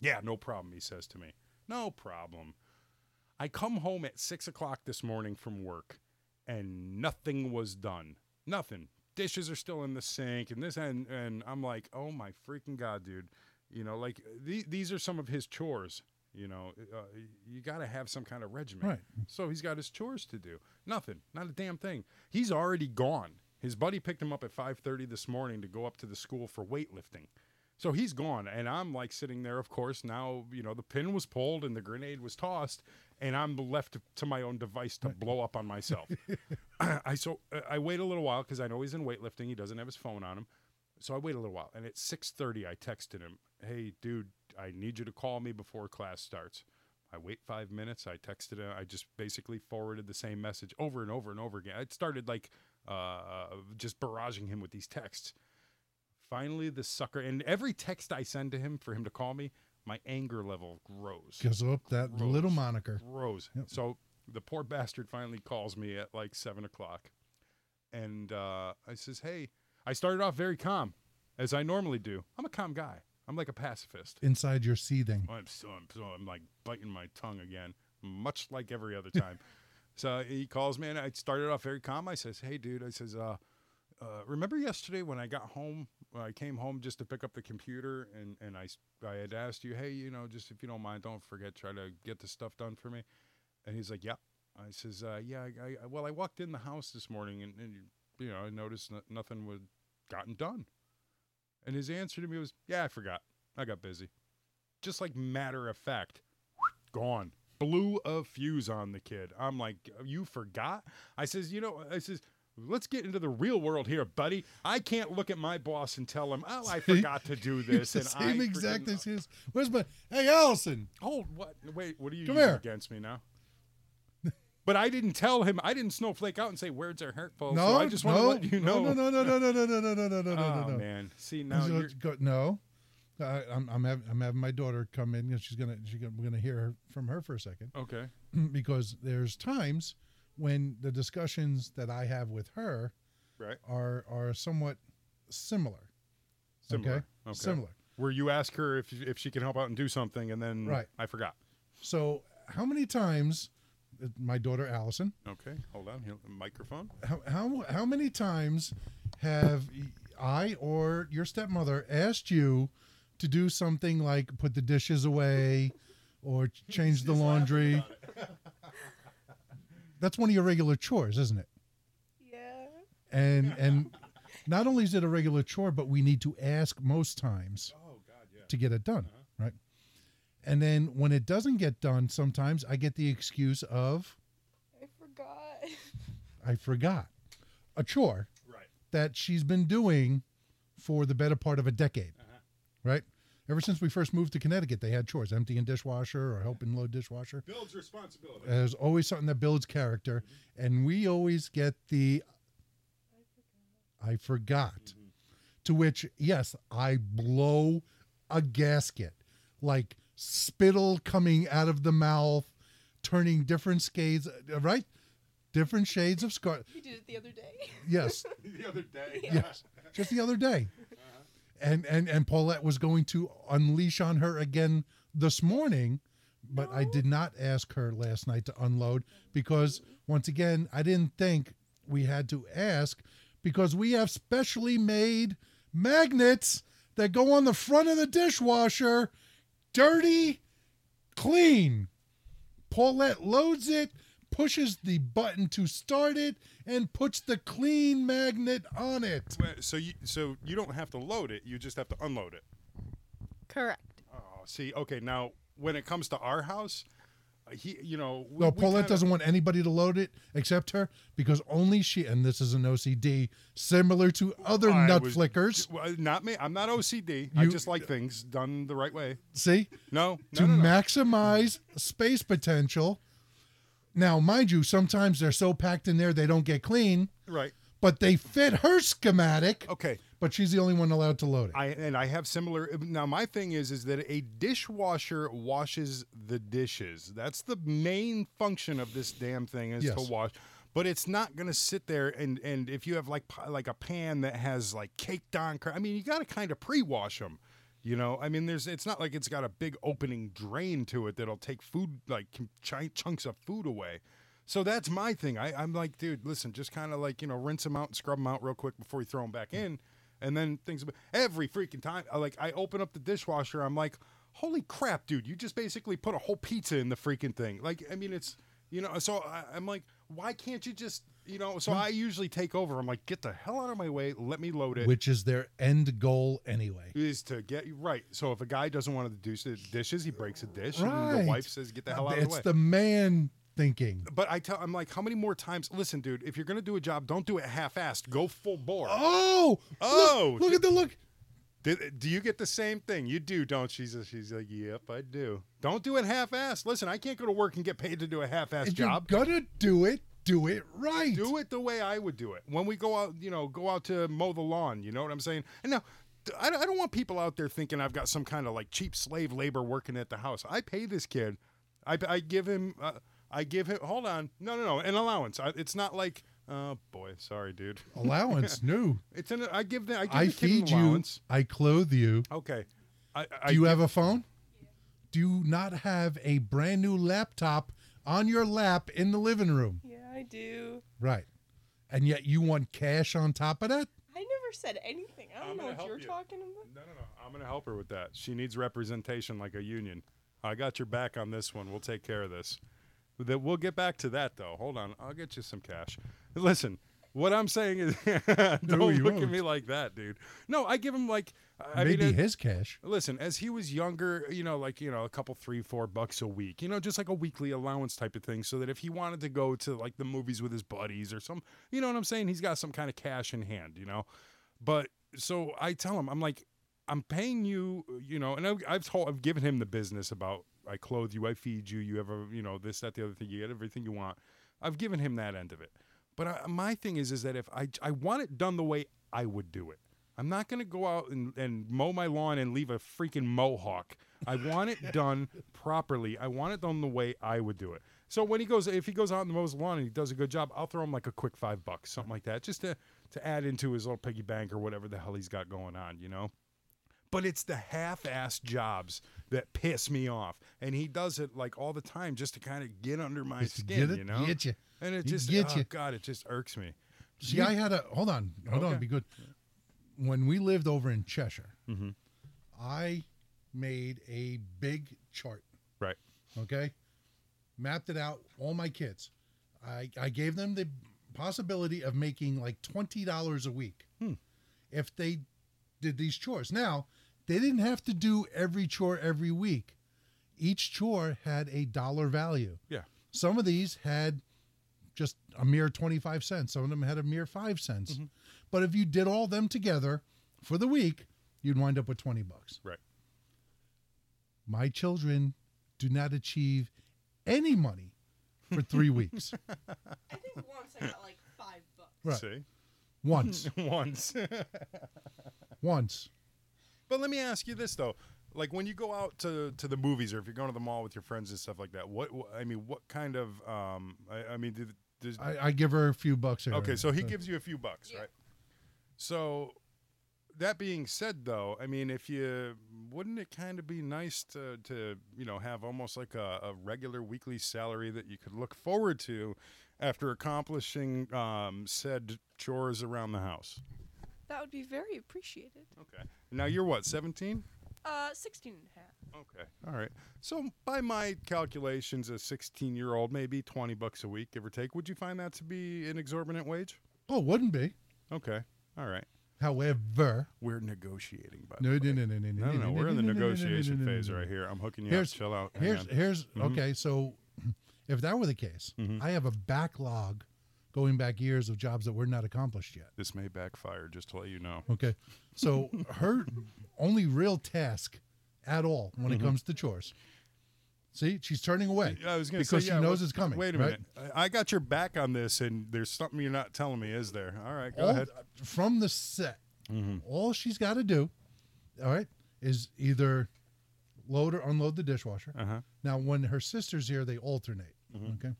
I: Yeah, no problem, he says to me. No problem. I come home at six o'clock this morning from work and nothing was done. Nothing. Dishes are still in the sink and this and and I'm like, oh my freaking god, dude. You know, like the, these are some of his chores. You know, uh, you got to have some kind of regimen.
H: Right.
I: So he's got his chores to do. Nothing. Not a damn thing. He's already gone. His buddy picked him up at 5:30 this morning to go up to the school for weightlifting. So he's gone, and I'm like sitting there. Of course, now you know the pin was pulled and the grenade was tossed, and I'm left to my own device to blow up on myself. I so uh, I wait a little while because I know he's in weightlifting. He doesn't have his phone on him, so I wait a little while. And at 6:30, I texted him, "Hey, dude, I need you to call me before class starts." I wait five minutes. I texted him. I just basically forwarded the same message over and over and over again. I started like uh, just barraging him with these texts. Finally, the sucker, and every text I send to him for him to call me, my anger level rose.
H: Gives up that little
I: Rose.
H: moniker.
I: Rose.
H: Yep.
I: So the poor bastard finally calls me at like seven o'clock, and uh, I says, "Hey." I started off very calm, as I normally do. I'm a calm guy. I'm like a pacifist.
H: Inside your seething.
I: I'm so I'm so I'm like biting my tongue again, much like every other time. so he calls me, and I started off very calm. I says, "Hey, dude," I says, "Uh, uh remember yesterday when I got home? When I came home just to pick up the computer, and and I s- I had asked you, hey, you know, just if you don't mind, don't forget, try to get the stuff done for me." And he's like, "Yep." I says, uh, "Yeah, I, I, well, I walked in the house this morning, and, and you know, I noticed no- nothing was gotten done." And his answer to me was, "Yeah, I forgot. I got busy." just like matter of fact, gone. Blew a fuse on the kid. I'm like, you forgot? I says, you know, I says, let's get into the real world here, buddy. I can't look at my boss and tell him, oh, I forgot to do this.
H: the
I: and I
H: same
I: freaking-
H: exact as his. Where's my? Hey, Allison.
I: Oh, what? Wait, what are you
H: Come
I: using
H: here.
I: against me now? But I didn't tell him. I didn't snowflake out and say words are hurtful.
H: no,
I: Oh, so I just want
H: no,
I: to let you know.
H: No, no, no, no, no, no, no, no, no, no, no, no,
I: oh
H: no.
I: man, see now
H: So
I: you're
H: it's go- no, I, I'm I'm having, I'm having my daughter come in. 'cause She's gonna she's gonna, we're gonna hear her, from her for a second
I: okay.
H: because there's times when the discussions that I have with her
I: Right.
H: are are somewhat similar.
I: Similar.
H: Okay? Similar.
I: Where you ask her if if she can help out and do something, and then
H: Right.
I: I forgot.
H: So how many times, uh, my daughter Allison,
I: Okay, hold on. Here, microphone.
H: how how, how many times have y- I or your stepmother asked you to do something like put the dishes away or ch- change the laundry? That's one of your regular chores, isn't it?
K: Yeah.
H: And and not only is it a regular chore, but we need to ask most times
I: Oh God, yeah. Uh-huh.
H: to get it done, right? And then when it doesn't get done, sometimes I get the excuse of
K: I forgot.
H: I forgot a chore
I: Right.
H: that she's been doing for the better part of a decade,
I: Uh-huh.
H: right? Ever since we first moved to Connecticut, they had chores, emptying dishwasher or helping load dishwasher.
I: Builds responsibility. Mm-hmm.
H: There's always something that builds character, and we always get the I forgot.
I: Mm-hmm.
H: To which, yes, I blow a gasket, like spittle coming out of the mouth, turning different shades, right? Different shades of scar.
K: You did it the other day.
H: Yes,
I: the other day.
H: yes, just the other day, and and and Paulette was going to unleash on her again this morning, but I did not ask her last night to unload because once again I didn't think we had to ask because we have specially made magnets that go on the front of the dishwasher, dirty, clean. Paulette loads it, pushes the button to start it, and puts the clean magnet on it.
I: Wait, So you so you don't have to load it. You just have to unload it.
L: Correct.
I: Oh, see, okay, now when it comes to our house, uh, he, you know, we,
H: No,
I: we
H: Paulette
I: kinda-
H: doesn't want anybody to load it except her because only she, and this is an OCD similar to other
I: I
H: nut
I: was-
H: flickers.
I: Well, Not me. I'm not OCD. I
H: You-
I: just like things done the right way.
H: See?
I: No, no,
H: to
I: no, no.
H: maximize space potential. Now, mind you, sometimes they're so packed in there they don't get clean.
I: Right.
H: But they fit her schematic.
I: Okay.
H: But she's the only one allowed to load it.
I: Oh. I and I have similar. Now my thing is is that a dishwasher washes the dishes. That's the main function of this damn thing is
H: Yes.
I: to wash. But it's not going to sit there and and if you have like pa- like a pan that has like caked on. cr- I mean, you got to kind of pre-wash them. You know, I mean, there's it's not like it's got a big opening drain to it that'll take food like ch- chunks of food away. So that's my thing. I, I'm like, dude, listen, just kind of like you know, rinse them out and scrub them out real quick before you throw them back in, and then things. Every freaking time, I like I open up the dishwasher, I'm like, holy crap, dude, you just basically put a whole pizza in the freaking thing. Like, I mean, it's you know, so I, I'm like, why can't you just you know? So I usually take over. I'm like, get the hell out of my way. Let me load it
H: Which is their end goal anyway.
I: is to get right. So if a guy doesn't want to do s- dishes, he breaks a dish, and
H: Right.
I: the wife says, "Get the hell out
H: It's
I: of the
H: the
I: way."
H: man thinking.
I: but I tell, I'm like, how many more times? Listen, dude, if you're gonna do a job, don't do it half-assed. Go full bore.
H: Oh,
I: oh,
H: look, look at the look.
I: Did, do you get the same thing? You do, don't? She's she's like, yep, I do. Don't do it half-assed. Listen, I can't go to work and get paid to do a half-assed
H: If you're
I: job.
H: gonna do it, do it right.
I: Do it the way I would do it. When we go out, you know, go out to mow the lawn, you know what I'm saying? And now, d- I I don't want people out there thinking I've got some kind of like cheap slave labor working at the house. I pay this kid. I, I give him, uh, I give him, hold on. No, no, no, an allowance. I, it's not like, oh boy, sorry, dude.
H: Allowance, no.
I: It's an, I give them, I give
H: I
I: the kid an
H: feed you.
I: allowance.
H: I clothe you.
I: Okay. I, I
H: Do you
I: give-
H: have a phone? Do you not have a brand new laptop on your lap in the living room?
L: Yeah, I do.
H: Right. And yet you want cash on top of that?
L: I never said anything. I don't
I: I'm
L: know
I: gonna
L: what
I: help
L: you're
I: you.
L: talking about.
I: No, no, no. I'm going to help her with that. She needs representation like a union. I got your back on this one. We'll take care of this. That we'll get back to that though. Hold on. I'll get you some cash. Listen, what I'm saying is don't
H: you
I: look at
H: won't.
I: me like that, dude. No, I give him like I
H: Maybe
I: mean, it-
H: his cash.
I: Listen, as he was younger, you know, like, you know, a couple, three, four bucks a week, you know, just like a weekly allowance type of thing. So that if he wanted to go to like the movies with his buddies or some, you know what I'm saying? He's got some kind of cash in hand, you know? But so I tell him, I'm like, I'm paying you, you know, and I've, I've told, I've given him the business about I clothe you, I feed you, you have a, you know, this, that, the other thing, you get everything you want. I've given him that end of it. But I, my thing is, is that if I, I want it done the way I would do it, I'm not going to go out and, and mow my lawn and leave a freaking mohawk. I want it done properly. I want it done the way I would do it. So when he goes, if he goes out and mows the lawn and he does a good job, I'll throw him like a quick five bucks, something like that, just to, to add into his little piggy bank or whatever the hell he's got going on, you know? but it's the half-assed jobs that piss me off and he does it like all the time just to kind of get under my
H: Just to
I: skin
H: get it-
I: you know
H: get you.
I: and it
H: You
I: just
H: get
I: oh,
H: you.
I: god it just irks me
H: See, I had a hold on, hold on,
I: Okay.
H: be good. When we lived over in Cheshire,
I: mm-hmm.
H: I made a big chart.
I: right
H: Okay, mapped it out. All my kids, I I gave them the possibility of making like twenty dollars a week if they did these chores. Now they didn't have to do every chore every week. Each chore had a dollar value.
I: yeah
H: Some of these had just a mere 25 cents. Some of them had a mere 5 cents. But if you did all them together for the week, you'd wind up with 20 bucks.
I: right
H: My children do not achieve any money for 3 weeks.
L: I think once I got like five bucks.
H: Right.
I: see
H: Once.
I: once
H: Once.
I: But let me ask you this though, like when you go out to, to the movies or if you're going to the mall with your friends and stuff like that, what wh- I mean, what kind of um, I, I mean, did, does,
H: I, I give her a few bucks here.
I: okay,
H: and
I: so
H: there.
I: he gives you a few bucks, right? So that being said, though, I mean, if you wouldn't it kind of be nice to to you know have almost like a, a regular weekly salary that you could look forward to after accomplishing um, said chores around the house?
L: That would be very appreciated.
I: Okay, now you're what, seventeen?
L: Uh, 16 and a half.
I: Okay. All right. So by my calculations, a 16-year-old maybe 20 bucks a week, give or take. Would you find that to be an exorbitant wage?
H: Oh, wouldn't be.
I: Okay. All right.
H: However,
I: We're negotiating, by
H: no,
I: the
H: no,
I: way.
H: no, no, no,
I: No, no, we're in the
H: no, no, no, no,
I: negotiation
H: no, no, no,
I: phase
H: no.
I: right here. I'm hooking you up.
H: here's,
I: Chill out. Hang
H: Here's,
I: on.
H: here's,
I: Mhm.
H: okay. So, if that were the case,
I: Mm-hmm.
H: I have a backlog going back years of jobs that were not accomplished yet.
I: This may backfire, just to let you know.
H: Okay. So her only real task at all when
I: Mhm.
H: it comes to chores. See, she's turning away
I: Yeah, I was gonna
H: because
I: say,
H: she
I: yeah,
H: knows
I: what-
H: it's coming.
I: Wait a
H: right?
I: minute. I I got your back on this, and there's something you're not telling me, is there? All right, go
H: all,
I: ahead. Mm-hmm.
H: From the set, all she's got to do, all right, is either load or unload the dishwasher.
I: Uh-huh.
H: Now, when her sister's here, they alternate.
I: Mhm.
H: Okay.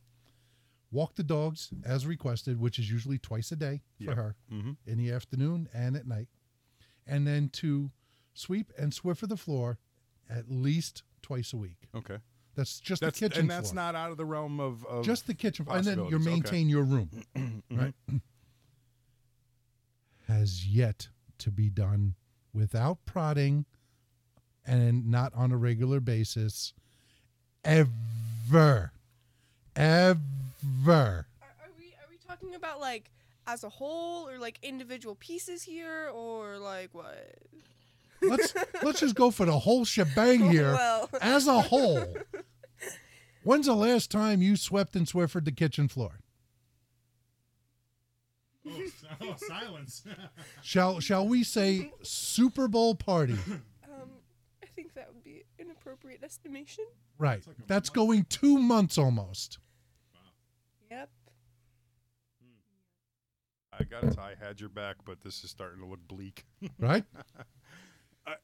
H: Walk the dogs as requested, which is usually twice a day for
I: Yep.
H: her
I: Mhm.
H: in the afternoon and at night. And then to sweep and swiffer the floor at least twice a week.
I: Okay.
H: That's just
I: that's,
H: the kitchen
I: and that's
H: floor.
I: not out of the realm of, of
H: Just the kitchen, and then you
I: possibilities. Okay.
H: maintain your room, right? Has yet to be done without prodding, and not on a regular basis, ever, ever.
L: Are we talking about like as a whole or like individual pieces here or like what?
H: Let's let's just go for the whole shebang here,
L: Well.
H: as a whole. When's the last time you swept and swiffered the kitchen floor?
I: Oh, silence.
H: Shall shall we say Super Bowl party?
L: Um, I think that would be an appropriate estimation.
H: Right. That's going two months almost.
L: Yep.
I: I got it. I had your back, but this is starting to look bleak.
H: Right?
I: I,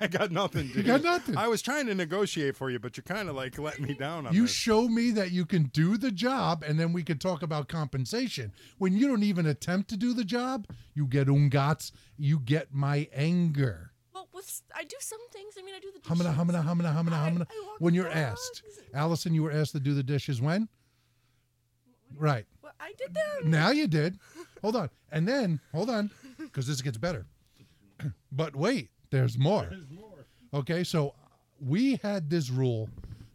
I: I got nothing. Dude.
H: You got nothing.
I: I was trying to negotiate for you, but you're kind of like letting me down on
H: You
I: this.
H: show me that you can do the job, and then we could talk about compensation. When you don't even attempt to do the job, you get ungats. You get my anger.
L: Well, with s- I do some things. I mean, I do the
H: Hamina,
L: dishes.
H: hamina, hamina, hamina, hamina. When you're asked, Allison, you were asked to do the dishes when? Right.
L: Well, I did them.
H: Now you did. Hold on. And then, hold on, because this gets better. But wait, there's more. Okay, so we had this rule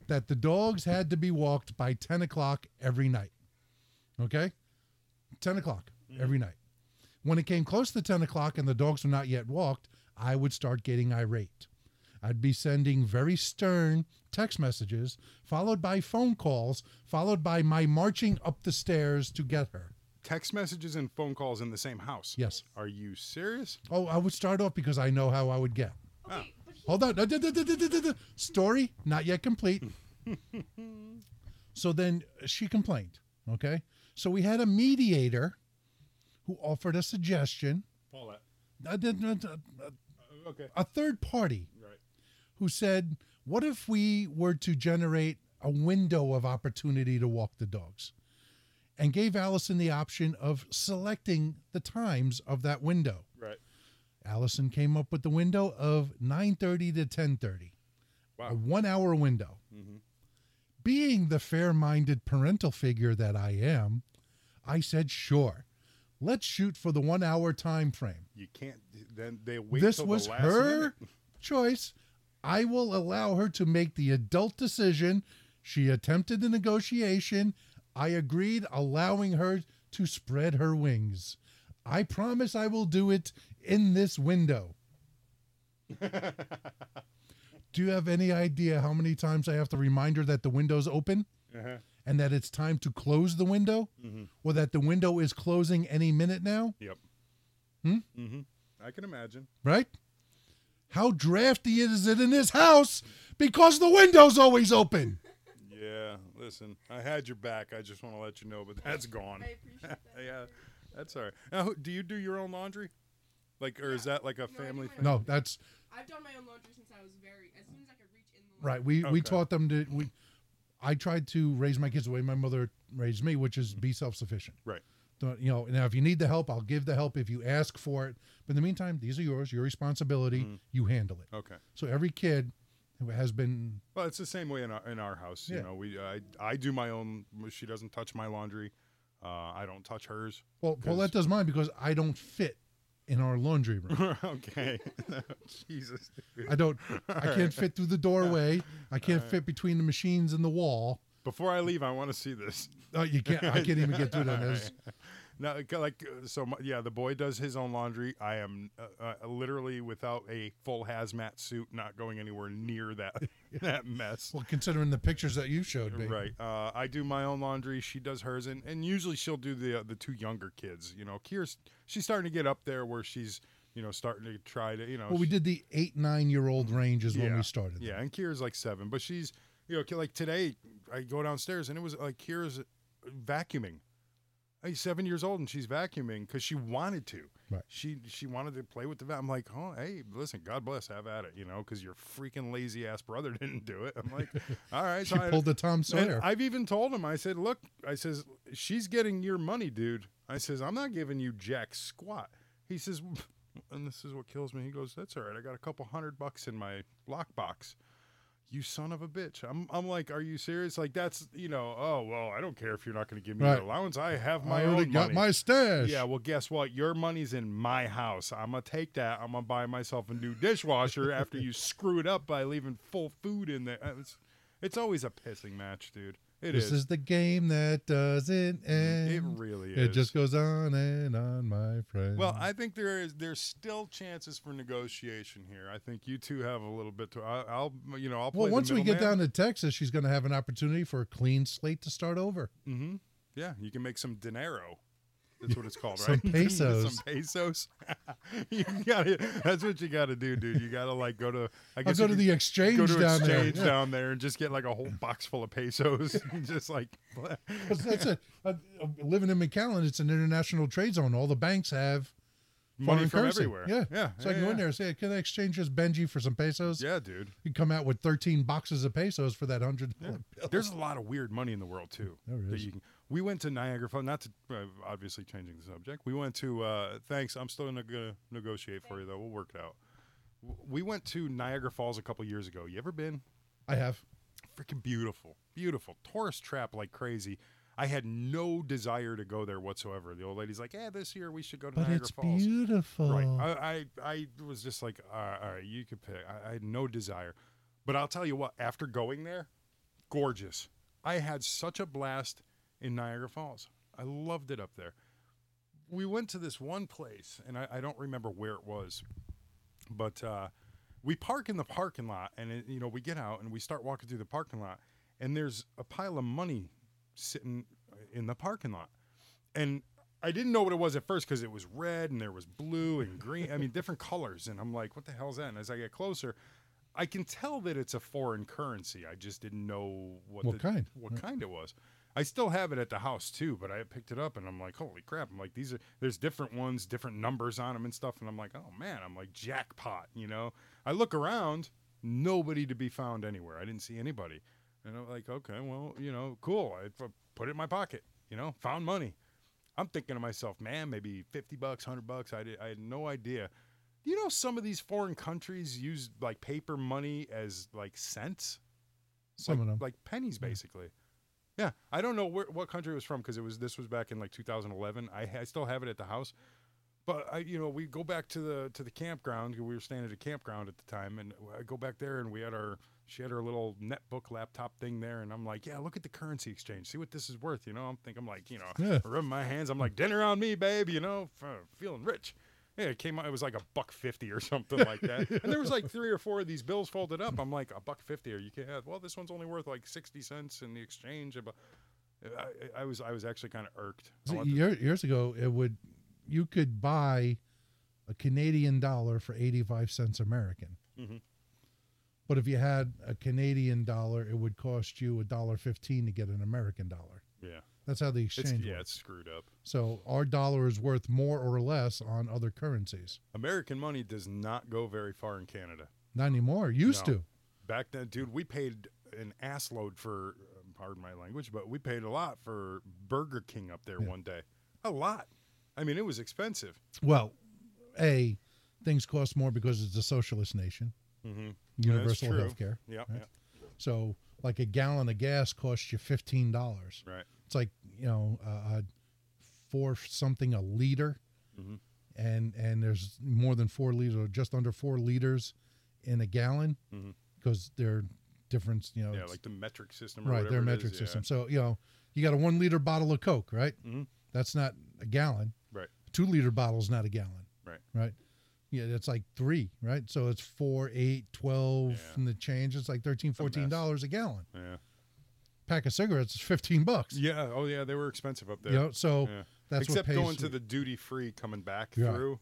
H: that the dogs had to be walked by 10 o'clock every night. Okay? 10 o'clock every night. When it came close to 10 o'clock and the dogs were not yet walked, I would start getting irate. I'd be sending very stern text messages, followed by phone calls, followed by my marching up the stairs to get her.
I: Text messages and phone calls in the same house.
H: Yes.
I: Are you serious?
H: Oh, I would start off because I know how I would get. Hold on. Da- da- da- da- da- da- da. Story not yet complete. so then she complained. Okay. So we had a mediator who offered a suggestion.
I: Paulette.
H: I didn't- uh, uh,
I: Okay.
H: A third party
I: Right.
H: who said, What if we were to generate a window of opportunity to walk the dogs? And gave Allison the option of selecting the times of that window.
I: Right.
H: Allison came up with the window of 9:30 to 10:30. A 1-hour window.
I: Mhm.
H: Being the fair-minded parental figure that I am, I said, "Sure. Let's shoot for the 1-hour time frame."
I: You can't. Then they wait.
H: this
I: till
H: was
I: the last
H: her
I: minute.
H: choice. I will allow her to make the adult decision. She attempted the negotiation. I agreed, allowing her to spread her wings. I promise I will do it in this window. do you have any idea how many times I have to remind her that the window's open
I: Uh-huh.
H: and that it's time to close the window
I: Mhm.
H: or that the window is closing any minute now?
I: Yep.
H: Hmm?
I: Mm-hmm. I can imagine.
H: right? How drafty is it in this house because the window's always open?
I: Yeah. Listen, I had your back. I just want to let you know, but that's gone.
L: I appreciate that.
I: yeah. That's all right. Now, who- do you do your own laundry? Like, or is that like a family thing?
H: No, that's
L: I've done my own laundry since I was very as soon as I could reach in the
H: right. We we
I: Okay.
H: taught them to. We, I tried to raise my kids the way my mother raised me, which is be self sufficient.
I: Right.
H: Don't- You know, now if you need the help, I'll give the help if you ask for it. But in the meantime, these are yours, your responsibility.
I: Mm-hmm.
H: You handle it.
I: Okay.
H: So every kid who has been
I: Well, it's the same way in our in our house. You
H: Yeah.
I: know, we I I do my own. She doesn't touch my laundry. Uh, I don't touch hers.
H: well,
I: 'cause-
H: Paulette does mine because I don't fit in our laundry room.
I: okay. Jesus. dude.
H: I don't.
I: All
H: I
I: right.
H: can't fit through the doorway. I can't
I: All right.
H: fit between the machines and the wall.
I: Before I leave, I want to see this.
H: Oh, you can't. I can't even get through that.
I: All
H: That's-
I: right. No, like- like uh, so. My, yeah, the boy does his own laundry. I am uh, uh, literally without a full hazmat suit, not going anywhere near that that mess.
H: Well, considering the pictures that you showed me.
I: Right. Uh, I do my own laundry. She does hers, and, and usually she'll do the uh, the two younger kids. You know, Kier's she's starting to get up there where she's you know starting to try to you know.
H: Well, we
I: she-
H: did the eight, nine year old range is when we started.
I: Yeah, and Kira's like seven, but she's you know ki- like today I go downstairs and it was like Kira's uh, vacuuming. He's seven years old and she's vacuuming because she wanted to.
H: Right.
I: She she wanted to play with the. va- I'm like, oh hey, listen, God bless, have at it, you know, because your freaking lazy ass brother didn't do it. I'm like, all right.
H: She pulled the Tom
I: and
H: Sawyer.
I: I've even told him. I said, look, I says she's getting your money, dude. I says I'm not giving you jack squat. He says, and this is what kills me. He goes, that's all right. I got a couple hundred bucks in my lockbox you son of a bitch. I'm, I'm like, are you serious? Like that's, you know, oh well, I don't care if you're not going to give me
H: Right.
I: your allowance. I have my
H: I already
I: own
H: got
I: money.
H: my stash.
I: Yeah, well, guess what? Your money's in my house. I'm gonna take that. I'm gonna buy myself a new dishwasher after you screw it up by leaving full food in there. It's, it's always a pissing match, dude. It
H: this
I: is. Mm,
H: is. the game that doesn't end.
I: it really
H: It
I: is.
H: just goes on and on, my friend.
I: Well, I think there is there's still chances for negotiation here. I think you two have a little bit to. I, I'll you know I'll. Play
H: well, once
I: the
H: we get
I: middleman.
H: down to Texas, she's going to have an opportunity for a clean slate to start over.
I: Mm-hmm. Yeah, you can make some dinero. That's what it's called,
H: Some
I: right?
H: pesos.
I: some pesos. you got to That's what you got to do, dude. You got to like go to. I
H: I'll
I: guess
H: go
I: you
H: to
I: could
H: the exchange
I: Go to
H: down there,
I: exchange
H: yeah.
I: down there and just get like a whole box full of pesos and just like.
H: 'Cause that's it. Uh, uh, living in McAllen, it's an international trade zone. All the banks have
I: Money
H: foreign
I: from
H: currency.
I: everywhere.
H: Yeah,
I: Yeah,
H: So I
I: yeah,
H: can go in
I: yeah.
H: there and say, "Can I exchange this Benji for some pesos?"
I: Yeah, dude.
H: You come out with thirteen boxes of pesos for that hundred.
I: Yeah. There's a lot of weird money in the world too.
H: There
I: that
H: is.
I: you can- we went to Niagara Falls. Not to uh, obviously changing the subject. We went to. Uh, thanks. I'm still going to negotiate for you though. We'll work it out. W- We went to Niagara Falls a couple years ago. You ever been?
H: I have.
I: freaking beautiful, beautiful. Tourist trap like crazy. I had no desire to go there whatsoever. The old lady's like, "Yeah, this year we should go to
H: But
I: Niagara
H: it's
I: Falls."
H: beautiful.
I: Right. I, I I was just like, all right, all right, you could pick. I, I had no desire, but I'll tell you what. After going there, gorgeous. I had such a blast in Niagara Falls. I loved it up there. We went to this one place, and I, I don't remember where it was, but uh, we park in the parking lot, and it, you know we get out and we start walking through the parking lot, and there's a pile of money sitting uh, in the parking lot, and I didn't know what it was at first because it was red and there was blue and green. I mean, different colors, and I'm like, what the hell's that? And as I get closer, I can tell that it's a foreign currency. I just didn't know what
H: What
I: the-
H: kind?
I: what kind it was. I still have it at the house too, but I picked it up and I'm like, holy crap! I'm like, these are there's different ones, different numbers on them and stuff, and I'm like, oh man, I'm like jackpot, you know. I look around, nobody to be found anywhere. I didn't see anybody, and I'm like, okay, well, you know, cool. I f- put it in my pocket, you know, found money. I'm thinking to myself, man, maybe fifty bucks, hundred bucks. I did, I had no idea. You know, some of these foreign countries use like paper money as like cents
H: Some
I: like,
H: of them.
I: like pennies basically. Yeah, I don't know where, what country it was from because it was this was back in like 2011. I, ha- I still have it at the house, but I you know we go back to the to the campground. 'cause We were staying at a campground at the time, and I go back there and we had our she had her little netbook laptop thing there, and I'm like, yeah, look at the currency exchange, see what this is worth. You know, I'm thinking like you know,
H: Yeah.
I: I rub my hands, I'm like dinner on me, babe. You know, f- feeling rich. Yeah, it came out. It was like a buck fifty or something like that. And there was like three or four of these bills folded up. I'm like a buck fifty, or you can't have. Well, this one's only worth like sixty cents in the exchange. About, I, I was I was actually kind of irked. I
H: See,
I: wanted to-
H: year, years ago, it would you could buy a Canadian dollar for eighty five cents American.
I: Mhm.
H: But if you had a Canadian dollar, it would cost you a dollar fifteen to get an American dollar.
I: Yeah.
H: That's how the
I: It's-
H: exchange
I: yeah,
H: works.
I: it's screwed up.
H: So our dollar is worth more or less on other currencies.
I: American money does not go very far in Canada.
H: Not anymore. Used
I: No.
H: to.
I: Back then, dude, we paid an ass load for, um, pardon my language, but we paid a lot for Burger King up there one day. A lot. I mean, it was expensive.
H: Well, a things cost more because it's a socialist nation.
I: Mm-hmm.
H: Universal health care.
I: Yeah, yeah.
H: So, like a gallon of gas costs you fifteen dollars.
I: Right.
H: It's like you know, uh, uh, four something a liter,
I: Mhm.
H: and and there's more than four liters, or just under four liters, in a gallon,
I: Mhm.
H: because they're different. You know,
I: yeah,
H: it's-
I: like the metric system. Or
H: right,
I: whatever
H: their
I: it
H: metric
I: is,
H: system.
I: Yeah.
H: So you know, you got a one liter bottle of Coke, right?
I: Mhm.
H: That's not a gallon.
I: Right.
H: A two liter bottle's not a gallon.
I: Right.
H: Right. Yeah, that's like three, right? So it's four, eight, twelve,
I: Yeah.
H: and the change. It's like thirteen, fourteen dollars a gallon.
I: Yeah.
H: Pack of cigarettes is fifteen bucks.
I: Yeah. Oh, yeah. They were expensive up there.
H: You know, so
I: Yeah.
H: that's what
I: except
H: pays
I: going
H: for-
I: to the duty free coming back
H: Yeah.
I: through.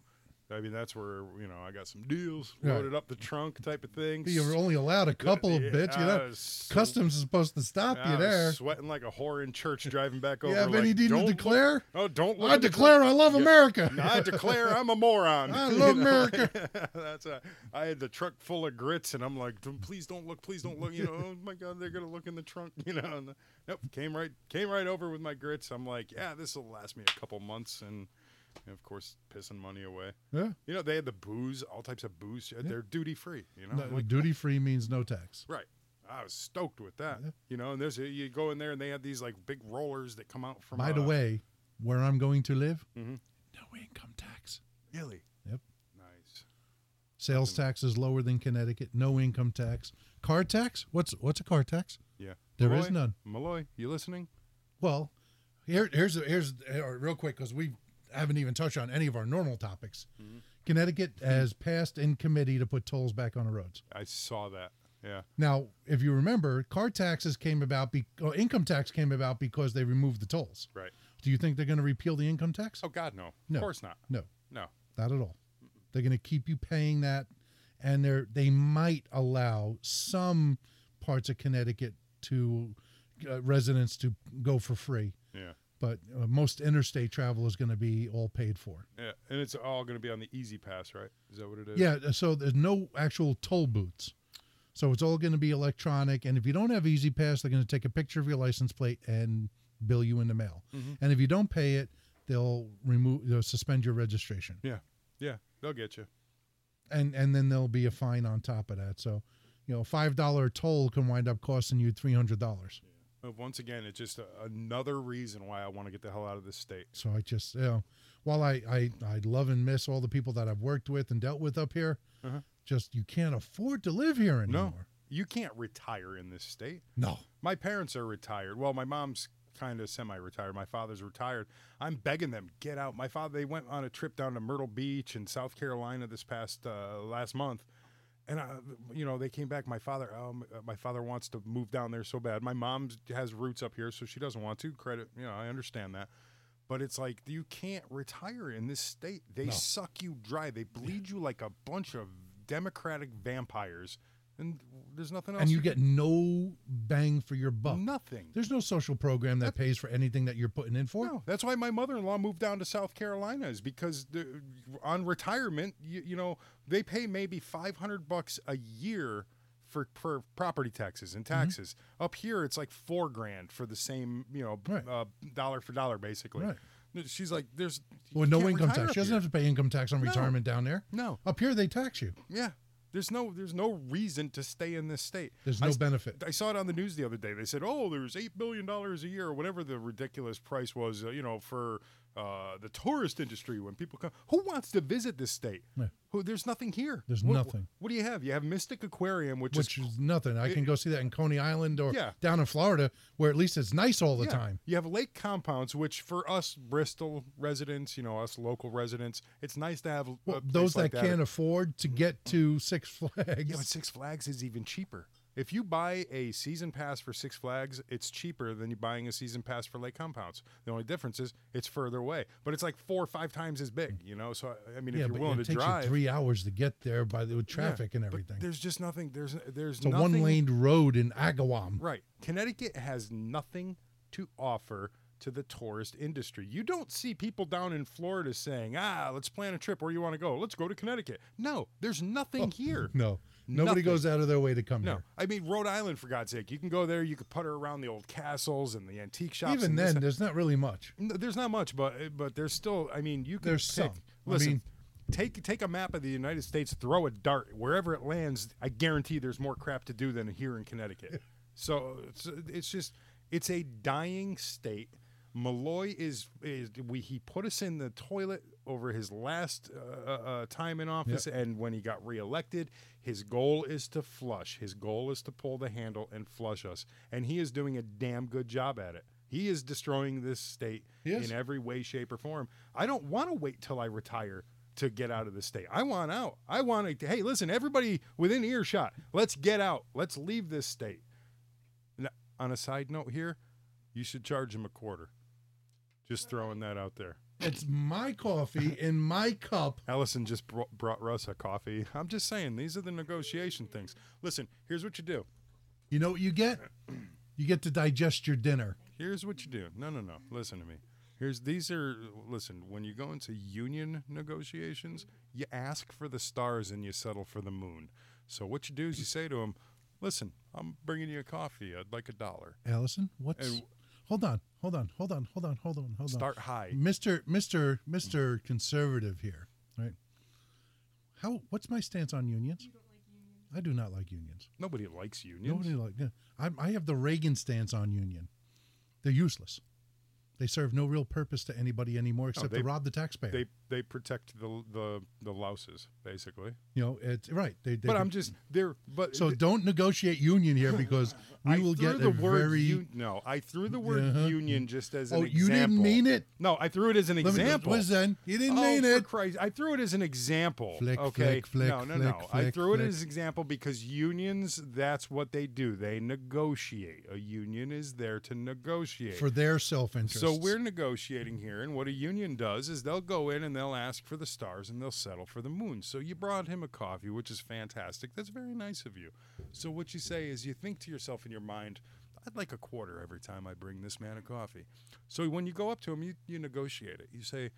I: I mean, that's where you know I got some deals
H: Right.
I: loaded up the trunk type of thing.
H: You're only allowed a
I: Good-
H: couple of
I: yeah,
H: bits. You
I: I
H: know,
I: was so-
H: customs is supposed to stop
I: I
H: you
I: was
H: there.
I: sweating like a whore in church driving back over.
H: Yeah,
I: like,
H: Vinny didn't
I: "Don't look-
H: declare.
I: oh, don't look
H: I
I: at the
H: declare
I: clock."
H: I love
I: Yeah.
H: America.
I: I declare I'm a moron.
H: I love
I: You know?
H: America.
I: That's a, I had the truck full of grits, and I'm like, "Don't- please don't look, please don't look. You know, oh my God, they're gonna look in the trunk. You know, and nope, came right, came right over with my grits. I'm like, yeah, this will last me a couple months, and, and of course, pissing money away.
H: Yeah.
I: you know, they had the booze, all types of booze. They're duty free. You know, I'm like,
H: duty free means no tax.
I: Right. I was stoked with that. You know, and there's a, you go in there and they have these like big rollers that come out from.
H: By the
I: uh,
H: way, where I'm going to live,
I: mhm.
H: no income tax.
I: Really?
H: Yep.
I: Nice.
H: Sales
I: Mm-hmm.
H: tax is lower than Connecticut. No income tax. Car tax? What's what's a car tax?
I: Yeah.
H: There is
I: Malloy,
H: none.
I: Malloy, you listening?
H: Well, here, here's here's uh, real quick because we haven't even touched on any of our normal topics.
I: Mm-hmm.
H: Connecticut has passed in committee to put tolls back on the roads.
I: I saw that. Yeah.
H: Now, if you remember, car taxes came about, be- oh, income tax came about because they removed the tolls.
I: Right.
H: Do you think they're going to repeal the income tax?
I: Oh God, no.
H: No.
I: Of course not.
H: No.
I: No.
H: Not at all. They're going to keep you paying that, and they're they might allow some parts of Connecticut to uh, residents to go for free.
I: Yeah.
H: But uh, most interstate travel is going to be all paid for.
I: Yeah. And it's all going to be on the Easy Pass, right? Is that what it is?
H: Yeah. uh, So there's no actual toll booths. So it's all going to be electronic. And if you don't have Easy Pass, they're going to take a picture of your license plate and bill you in the mail.
I: Mhm.
H: And if you don't pay it, they'll remove, they'll suspend your registration.
I: Yeah. Yeah. They'll get you.
H: and and then there'll be a fine on top of that. So, you know, five dollar toll can wind up costing you three hundred dollars.
I: But once again, it's just a, another reason why I want to get the hell out of this state.
H: So I just you know, while I, I I love and miss all the people that I've worked with and dealt with up here,
I: Uh-huh.
H: just you can't afford to live here anymore.
I: You can't retire in this state.
H: No.
I: My parents are retired. Well, my mom's kind of semi-retired. My father's retired. I'm begging them get out. My father they went on a trip down to Myrtle Beach in South Carolina this past uh, last month. And I, you know, they came back. My father, um, my father wants to move down there so bad. My mom has roots up here, so she doesn't want to. Credit, you know, I understand that. But it's like you can't retire in this state. They
H: No.
I: suck you dry. They bleed you like a bunch of democratic vampires, and there's nothing else.
H: And you
I: can
H: get no bang for your buck.
I: Nothing.
H: There's no social program that pays for anything that you're putting in for.
I: No, that's why my mother-in-law moved down to South Carolina is because the, on retirement, you, you know, they pay maybe 500 bucks a year for per property taxes and
H: Mm-hmm.
I: taxes. Up here, it's like four grand for the same, you know, b-
H: Right.
I: uh, dollar for dollar, basically.
H: Right.
I: She's like, there's
H: Well,
I: you
H: no
I: can't
H: income
I: retire
H: tax.
I: up
H: She doesn't
I: here.
H: have to pay income tax on
I: No.
H: retirement down there.
I: No.
H: Up here they tax you.
I: Yeah. There's no there's no reason to stay in this state.
H: There's
I: I
H: no
I: s-
H: benefit.
I: I saw it on the news the other day. They said, "Oh, there's 8 billion dollars a year or whatever the ridiculous price was, uh, you know, for uh, the tourist industry when people come. Who wants to visit this state?
H: Yeah.
I: Who there's nothing here.
H: There's
I: What-
H: nothing.
I: What do you have? You have Mystic Aquarium, which,
H: Which is nothing. I
I: it-
H: can go see that in Coney Island or
I: Yeah.
H: down in Florida, where at least it's nice all the
I: Yeah.
H: time.
I: You have lake compounds, which for us Bristol residents, you know, us local residents, it's nice to have a
H: Well,
I: place
H: those
I: like Mm-hmm.
H: that can't afford to get to Six Flags.
I: Yeah, but Six Flags is even cheaper. If you buy a season pass for Six Flags, it's cheaper than you buying a season pass for Lake Compounds. The only difference is it's further away, but it's like four or five times as big. You know, so I- I mean,
H: Yeah,
I: if
H: but
I: you're willing
H: it
I: to
H: takes
I: drive,
H: you three hours to get there by the with
I: Yeah,
H: traffic and
I: but
H: everything.
I: there's just nothing. There's there's
H: It's a
I: nothing-
H: one-laned road in Agawam.
I: Right. Connecticut has nothing to offer to the tourist industry. You don't see people down in Florida saying, "Ah, let's plan a trip. Where do you want to go? Let's go to Connecticut." No, there's nothing here.
H: Oh, No, nobody
I: Nothing.
H: goes out of their way to come
I: No,
H: here.
I: I mean Rhode Island for God's sake. You can go there. You could putter around the old castles and the antique shops.
H: Even
I: and this
H: then,
I: and-
H: there's not really much.
I: No, there's not much, but eh, but there's still. I mean, you can
H: There's
I: pick-
H: some. I
I: Listen,
H: mean-
I: take take a map of the United States, throw a dart wherever it lands. I guarantee there's more crap to do than here in Connecticut. so it's, it's just it's a dying state. Malloy is is we he put us in the toilet over his last uh, uh, uh, time in office, and when he got reelected, his goal is to flush. His goal is to pull the handle and flush us, and he is doing a damn good job at it. He is destroying this state
H: He is.
I: in every way, shape, or form. I don't want to wait till I retire to get out of the state. I want out. I want to. Hey, listen, everybody within earshot, let's get out. Let's leave this state. N- on a side note here, you should charge him a quarter. Just throwing that out there.
H: It's my coffee in my cup.
I: Allison just br- brought Russ a coffee. I'm just saying, these are the negotiation things. Listen, here's what you do.
H: You know what you get? You get to digest your dinner.
I: Here's what you do. No, no, no. Listen to me. Here's these are listen, when you go into union negotiations, you ask for the stars and you settle for the moon. So what you do is you say to them, "Listen, I'm bringing you a coffee. I'd like a dollar."
H: Allison, what's
I: And-
H: Hold on, hold on, hold on, hold on, hold on, hold on.
I: Start high.
H: Mr. Mr. Mr. Conservative here, right? How? What's my stance on unions? I do not like unions.
I: Nobody likes unions.
H: Nobody like. Yeah. I, I have the Reagan stance on union. They're useless. They serve no real purpose to anybody anymore
I: No,
H: except
I: they-
H: to rob the taxpayer.
I: They they protect the the the louses basically.
H: you know, it's right. They, they
I: But I'm just they're but
H: so don't negotiate union here because we will
I: threw
H: get
I: the
H: a
I: word
H: very
I: u- no. I threw the word
H: Uh-huh.
I: union just as
H: Oh,
I: an
H: you
I: example.
H: didn't mean it?
I: No, I threw it as an
H: Let me-
I: example.
H: listen, you didn't
I: Oh,
H: mean
I: for
H: it.
I: Christ, I threw it as an example.
H: Flick,
I: okay,
H: flick, flick,
I: no, no,
H: flick,
I: no. I
H: flick,
I: threw it
H: flick.
I: as an example because unions. That's what they do. They negotiate. A union is there to negotiate
H: for their self-interest.
I: so we're negotiating here, and what a union does is they'll go in and they'll ask for the stars and they'll settle for the moon. So you brought him a coffee, which is fantastic. That's very nice of you. So what you say is you think to yourself in your mind, I'd like a quarter every time I bring this man a coffee. So when you go up to him, you, you negotiate it. You say,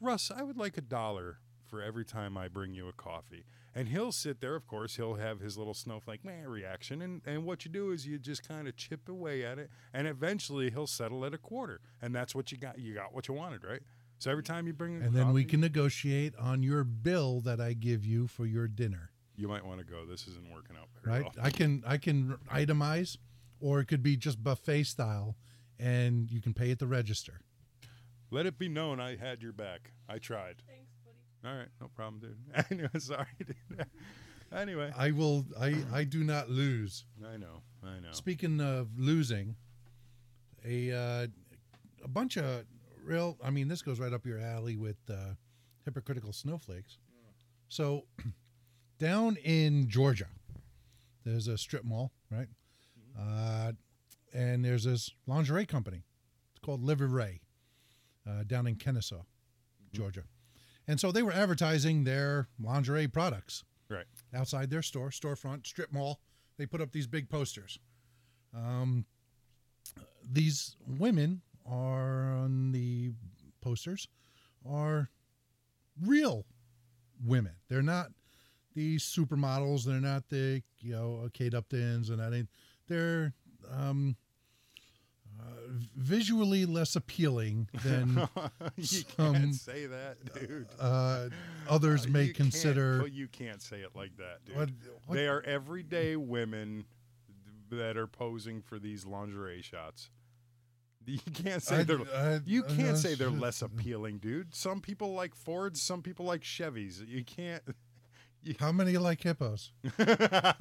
I: Russ, I would like a dollar for every time I bring you a coffee. And he'll sit there, of course, he'll have his little snowflake meh reaction. And, and what you do is you just kind of chip away at it. And eventually he'll settle at a quarter. And that's what you got. You got what you wanted, right? So every time you bring a
H: and then we
I: coffee-
H: can negotiate on your bill that I give you for your dinner,
I: You might want to go. This isn't working out very
H: right?
I: well.
H: I can I can itemize, or it could be just buffet style, and you can pay at the register.
I: Let it be known I had your back. I tried. Thanks, buddy. All right. No problem, dude. anyway, sorry, dude. anyway.
H: I will. I I do not lose.
I: I know. I know.
H: Speaking of losing, a uh, a bunch of real. I mean, this goes right up your alley with uh, hypocritical snowflakes. So, down in Georgia, there's a strip mall, right? Uh, and there's this lingerie company. It's called Liver Ray, uh, down in Kennesaw, Georgia. And so they were advertising their lingerie products
I: Right.
H: outside their store, storefront, strip mall. They put up these big posters. Um, these women are on the posters are real women. They're not these supermodels. They're not the you know uh, Kate Uptons and that. ain't- They're um, uh, visually less appealing than
I: you
H: some
I: can't say that, dude.
H: uh, others
I: Uh,
H: may
I: you can't-
H: consider.
I: well, you can't say it like that, dude.
H: What- what-
I: They are everyday women that are posing for these lingerie shots. You can't say
H: I-
I: they're
H: I-
I: you
H: I
I: can't
H: know,
I: say they're
H: shit.
I: less appealing, dude. Some people like Fords, some people like Chevys. You can't.
H: How many like hippos?
I: Jeez.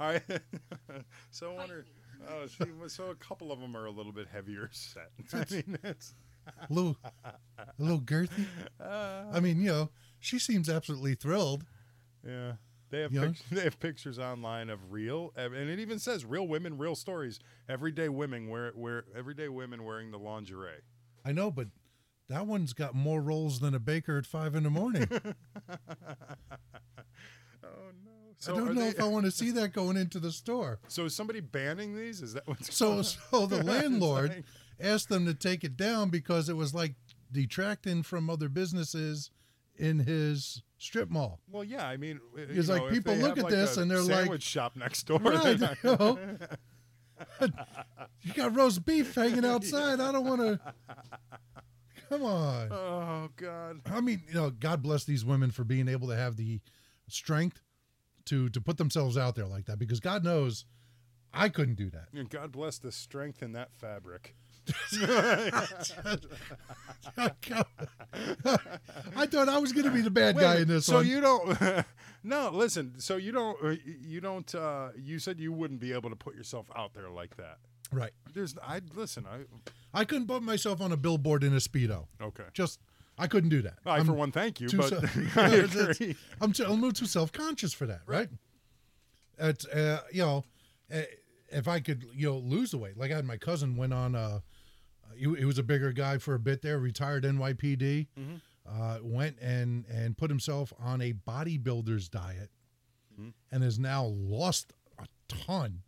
I: All right. so I wonder. Oh, she, so a couple of them are a little bit heavier set. I mean, it's
H: a little, a little girthy. I mean, you know, she seems absolutely thrilled.
I: Yeah. They have,
H: You know?
I: pict- they have pictures online of real, and it even says real women, real stories. Everyday women wear, wear everyday women wearing the lingerie.
H: I know, but that one's got more rolls than a baker at five in the morning.
I: Oh no!
H: I don't know if I want to see that going into the store.
I: So is somebody banning these? Is that what's
H: So,
I: going
H: so the
I: on?
H: landlord
I: It's like-
H: asked them to take it down because it was like detracting from other businesses in his strip mall.
I: well, yeah. I mean, uh,
H: He's
I: you
H: like,
I: know, if
H: "People
I: they
H: look
I: have,
H: at
I: like,
H: this
I: a
H: and they're like-
I: sandwich shop next door. they're
H: Right,
I: not
H: you
I: gonna-
H: know. You got roast beef hanging outside. I don't want to. Come on.
I: oh God!
H: I mean, you know, God bless these women for being able to have the strength to to put themselves out there like that because God knows I couldn't do that.
I: And God bless the strength in that fabric.
H: I thought I was going to be the bad
I: Wait a
H: guy
I: minute,
H: in this
I: so
H: one.
I: you don't no listen so you don't uh, you don't uh, you said you wouldn't be able to put yourself out there like that
H: Right.
I: There's I listen. I
H: I couldn't put myself on a billboard in a speedo.
I: Okay.
H: Just I couldn't do that.
I: I,
H: I'm
I: for one, thank you,
H: too
I: but I
H: it's- it's-
I: agree.
H: I'm, too, I'm a little too self conscious for that, right? It's uh, you know, eh, if I could you know lose the weight, like I had my cousin went on a, he, he was a bigger guy for a bit there, retired NYPD,
I: Mhm.
H: uh, went and and put himself on a bodybuilder's diet,
I: Mm-hmm.
H: and has now lost a ton,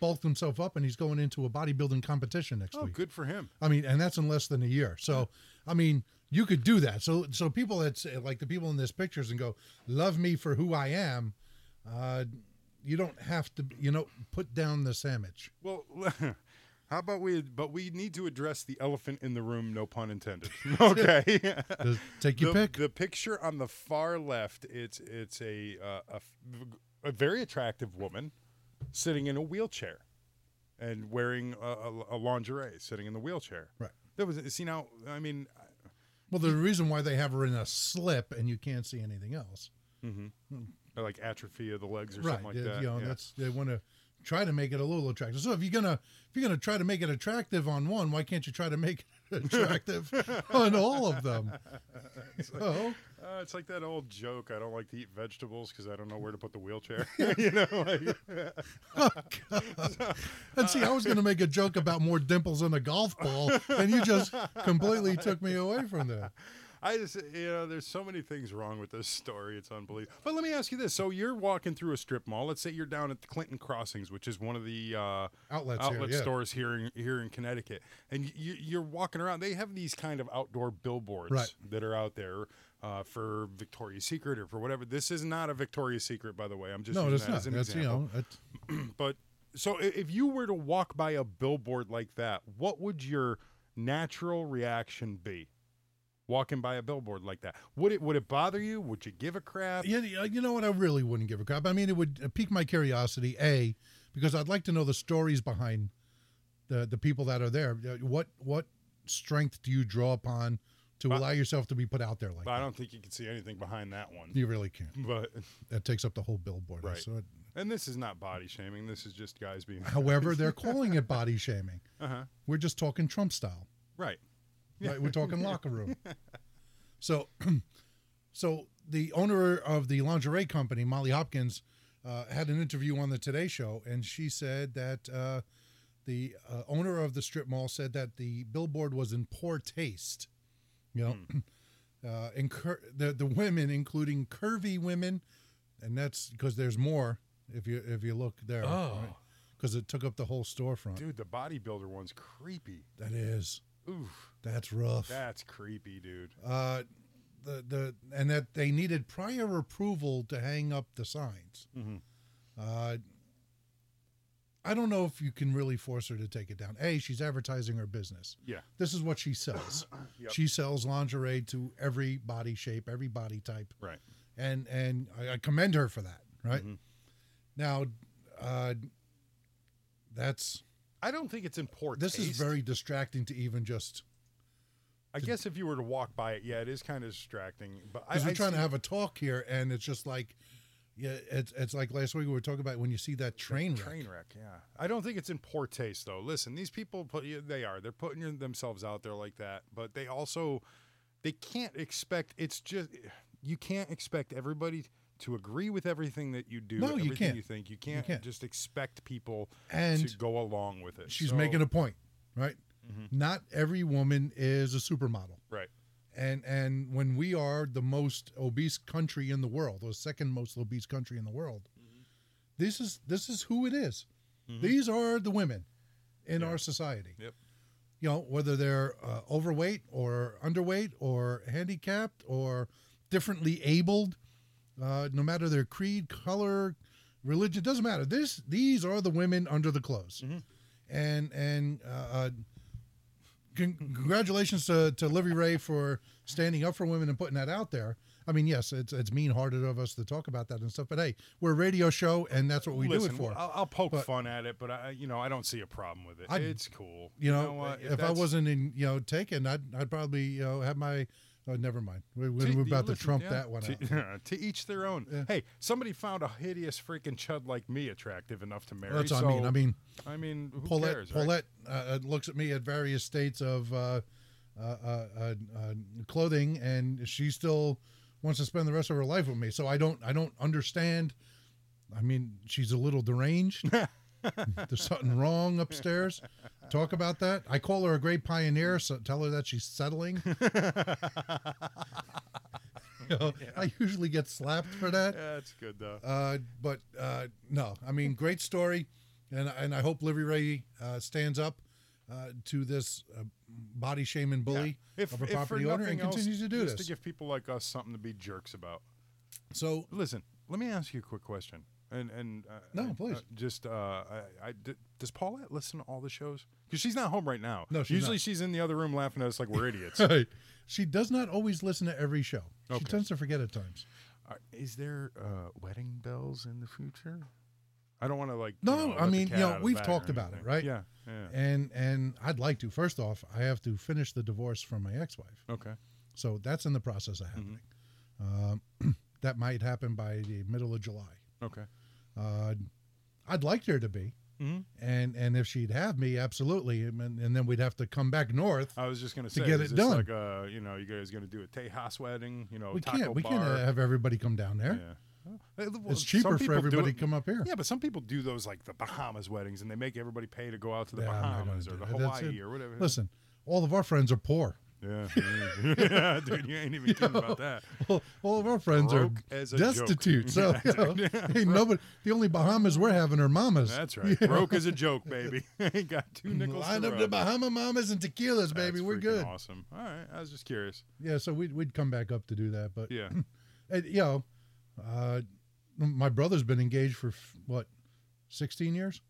H: bulked himself up, and he's going into a bodybuilding competition next
I: Oh,
H: week.
I: good for him.
H: I mean, and that's in less than a year. So, I mean, you could do that. So, so people that say, like the people in this pictures and go, "Love me for who I am," uh, you don't have to, you know, put down the sandwich.
I: Well, how about we? But we need to address the elephant in the room. No pun intended. Okay.
H: Just take your
I: the,
H: pick.
I: The picture on the far left. It's it's a uh, a f- a, very attractive woman sitting in a wheelchair and wearing a, a, a lingerie, sitting in the wheelchair.
H: Right.
I: That was see now. I mean,
H: Well, the reason why they have her in a slip and you can't see anything else,
I: mm-hmm. like atrophy of the legs or
H: right?
I: something like
H: you
I: that.
H: know,
I: yeah.
H: that's they want to try to make it a little attractive. So, if you're gonna if you're gonna try to make it attractive on one, why can't you try to make it attractive on all of them?
I: it's, like,
H: Oh.
I: uh, it's like that old joke. I don't like to eat vegetables because I don't know where to put the wheelchair. you know, like,
H: oh, God. And see, I was going to make a joke about more dimples in a golf ball, and you just completely took me away from that.
I: I just, you know, there's so many things wrong with this story. It's unbelievable. But let me ask you this: So you're walking through a strip mall. Let's say you're down at the Clinton Crossings, which is one of the uh,
H: Outlets here,
I: outlet
H: yeah.
I: stores here in here in Connecticut, and you, you're walking around. They have these kind of outdoor billboards
H: Right.
I: that are out there. Uh, for Victoria's Secret or for whatever. This is not a Victoria's Secret, by the way. I'm just
H: no,
I: using
H: that's
I: that
H: not.
I: as
H: That's
I: an
H: you
I: example.
H: know, that's,
I: but so i- if you were to walk by a billboard like that, what would your natural reaction be? Walking by a billboard like that, would it would it bother you? Would you give a crap?
H: you, you know what? I really wouldn't give a crap. I mean, it would uh, pique my curiosity, a, because I'd like to know the stories behind the the people that are there. Uh, What what strength do you draw upon to
I: But-
H: allow yourself to be put out there like
I: But I don't think you can see anything behind that one.
H: that? You really can't.
I: But
H: That takes up the whole billboard. I
I: right,
H: saw it.
I: and this is not body shaming. This is just guys being.
H: However, they're calling it body shaming.
I: uh huh.
H: We're just talking Trump style.
I: Right.
H: Right, we're talking locker room. So, so the owner of the lingerie company, Molly Hopkins, uh, had an interview on the Today Show, and she said that uh, the uh, owner of the strip mall said that the billboard was in poor taste. You know,
I: Hmm.
H: uh, incur- the the women, including curvy women, and that's because there's more if you if you look there.
I: Oh.
H: Because it took up the whole storefront.
I: Dude, the bodybuilder one's creepy.
H: That is,
I: Oof.
H: that's rough.
I: That's creepy, dude.
H: uh, the the and that they needed prior approval to hang up the signs.
I: Mhm.
H: Uh, I don't know if you can really force her to take it down. A, she's advertising her business.
I: Yeah.
H: This is what she sells.
I: Yep.
H: She sells lingerie to every body shape, every body type.
I: Right.
H: And and I, I commend her for that. Right. Now, uh, that's
I: I don't think it's important.
H: this is very distracting to even just
I: I guess if you were to walk by it, yeah, it is kind of distracting. But I,
H: because we're
I: I
H: trying
I: see-
H: to have a talk here, and it's just like, yeah, it's it's like last week we were talking about when you see that train wreck.
I: Train wreck, yeah. I don't think it's in poor taste though. Listen, these people put yeah, they are they're putting themselves out there like that, but they also they can't expect it's just you can't expect everybody to agree with everything that you do.
H: No, you
I: everything
H: can't.
I: You think you can't,
H: can't.
I: just expect people to
H: And
I: go along with it.
H: She's
I: So- Mm-hmm.
H: making a point, right? Not every woman is a supermodel,
I: right.
H: and and when we are the most obese country in the world, or the second most obese country in the world,
I: Mm-hmm.
H: this is this is who it is. These are the women in our society.
I: Yep.
H: you know, whether they're uh, overweight or underweight or handicapped or differently abled, uh, no matter their creed, color, religion, doesn't matter. This, these are the women under the clothes,
I: Mm-hmm.
H: and and uh, uh, con- congratulations to to Livy Ray for standing up for women and putting that out there. I mean, yes, it's it's mean hearted of us to talk about that and stuff, but hey, we're a radio show, and that's what we
I: Listen,
H: do it for.
I: I'll, I'll poke
H: But-
I: fun at it, but I you know I don't see a problem with it.
H: I'd-
I: it's cool.
H: you know,
I: what?
H: if I
I: that's-
H: wasn't in, you know, taken, I'd, I'd probably, you know, have my Oh, never mind. We, we,
I: To-
H: we're about to
I: listen,
H: trump
I: yeah,
H: that one
I: to,
H: out.
I: to each their own. Hey, somebody found a hideous freaking chud like me attractive enough to marry.
H: That's what I mean.
I: so-
H: I mean,
I: I mean, who
H: Paulette,
I: cares? right?
H: Paulette uh, uh, looks at me at various states of uh, uh, uh, uh, uh, clothing, and she still wants to spend the rest of her life with me. So I don't, I don't understand. I mean, she's a little deranged. There's something wrong upstairs. Talk about that. I call her a great pioneer. So tell her that she's settling. You know, I usually get slapped for that.
I: Yeah, that's good though.
H: Uh, but uh, no, I mean, great story, and and I hope Livy Ray uh, stands up uh, to this uh, body shaming bully
I: Yeah. If-
H: of a
I: if for
H: property owner
I: nothing
H: and continues
I: else,
H: to do
I: just
H: this.
I: to give people like us something to be jerks about.
H: So
I: listen, let me ask you a quick question. And and uh,
H: No,
I: I-
H: please.
I: uh, just uh, I, I d- does Paulette listen to all the shows? Because she's not home right now.
H: No, she's
I: usually
H: not.
I: she's in the other room laughing at us like we're idiots.
H: Right. She does not always listen to every show. She
I: Okay.
H: tends to forget at times.
I: Are- Is there uh, wedding bells in the future? I don't want to like. you
H: No,
I: know, let
H: I
I: the
H: mean, you
I: cat out
H: know,
I: of the
H: we've
I: bag
H: talked
I: or
H: about it,
I: anything.
H: right?
I: Yeah, yeah.
H: And and I'd like to. First off, I have to finish the divorce from my ex-wife.
I: Okay.
H: So that's in the process of happening.
I: Mm-hmm.
H: Um, that might happen by the middle of July.
I: Okay.
H: Uh, I'd like there to be.
I: Mhm.
H: And and if she'd have me, absolutely. And, and then we'd have to come back north.
I: I was just gonna
H: to
I: say,
H: get
I: is
H: it
I: this
H: done.
I: Like, uh, you know, you guys gonna do a Tejas wedding? You know,
H: we
I: Oh, taco
H: can't. We
I: bar.
H: can't uh, have everybody come down there.
I: Uh, well,
H: It's
I: some
H: cheaper for
I: people do
H: everybody
I: it-
H: to come up here.
I: Yeah, but some people do those like the Bahamas weddings, and they make everybody pay to go out to the
H: Yeah, I'm not gonna
I: Bahamas or
H: do
I: the
H: that. That's
I: Hawaii
H: it.
I: or whatever.
H: Listen, all of our friends are poor.
I: Yeah, yeah, yeah, dude, you ain't even kidding about that.
H: All, all of our friends
I: Broke
H: are
I: as a joke.
H: destitute. So you
I: Yeah,
H: know,
I: dude, yeah,
H: hey, nobody. The only Bahamas we're having are mamas.
I: That's right.
H: You know?
I: Broke as a joke, baby. ain't got two nickels.
H: Line
I: to
H: up
I: rub.
H: the Bahama mamas and tequilas, baby.
I: That's
H: we're
I: freaking
H: good.
I: Awesome. All right, I was just curious.
H: Yeah, so we'd, we'd come back up to do that, but
I: Yeah.
H: and, you know, uh, my brother's been engaged for f- what, sixteen years?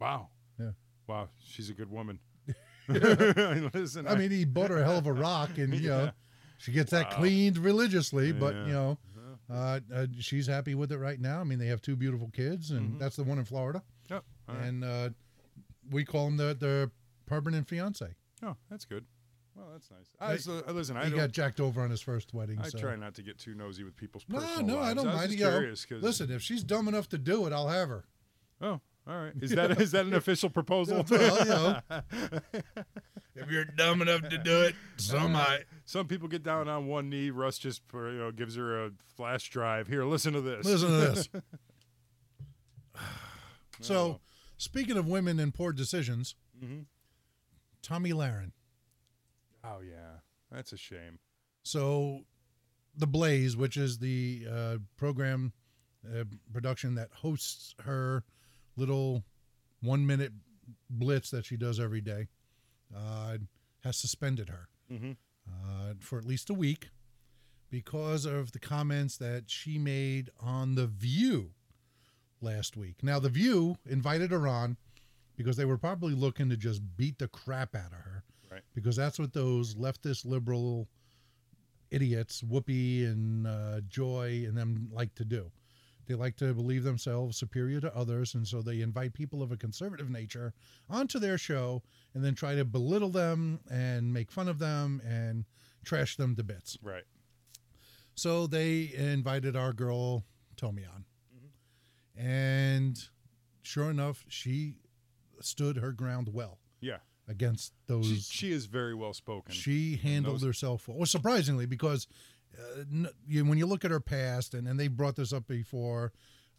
I: Wow.
H: Yeah.
I: Wow, she's a good woman. Listen,
H: I mean, he bought her a hell of a rock, and you know,
I: Yeah.
H: she gets that
I: Wow.
H: cleaned religiously. But
I: Yeah. Uh-huh.
H: you know, uh, uh, she's happy with it right now. I mean, they have two beautiful kids, and that's the one in Florida.
I: Yep. Mm-hmm. All right.
H: And uh, we call him the the permanent fiance.
I: Oh, that's good. Well, that's nice. I, was- uh, listen, I
H: he
I: don't.
H: got jacked over on his first wedding.
I: I
H: so.
I: try not to get too nosy with people's
H: No,
I: personal
H: no,
I: lives.
H: I don't
I: was
H: mind.
I: just
H: You know,
I: curious 'cause-
H: listen, if she's dumb enough to do it, I'll have her.
I: Oh, all right. Is that is that an official proposal?
H: Well, you know, if you're dumb enough to do it, so might.
I: Some people get down on one knee. Russ just you know gives her a flash drive. Here, listen to this.
H: Listen to this. So, speaking of women and poor decisions,
I: Mhm.
H: Tommy Lahren.
I: oh yeah, that's a shame.
H: So, The Blaze, which is the uh, program uh, production that hosts her little one minute blitz that she does every day, uh, has suspended her
I: Mhm.
H: uh, for at least a week because of the comments that she made on The View last week. Now, The View invited her on because they were probably looking to just beat the crap out of her.
I: Right.
H: Because that's what those leftist liberal idiots, Whoopi and uh, Joy and them, like to do. They like to believe themselves superior to others, and so they invite people of a conservative nature onto their show and then try to belittle them and make fun of them and trash them to bits.
I: Right.
H: So they invited our girl Tomi on. And sure enough, she stood her ground well
I: Yeah.
H: against those.
I: She, she is very well spoken.
H: She handled herself well, surprisingly, because uh, n- you, when you look at her past, and, and they brought this up before,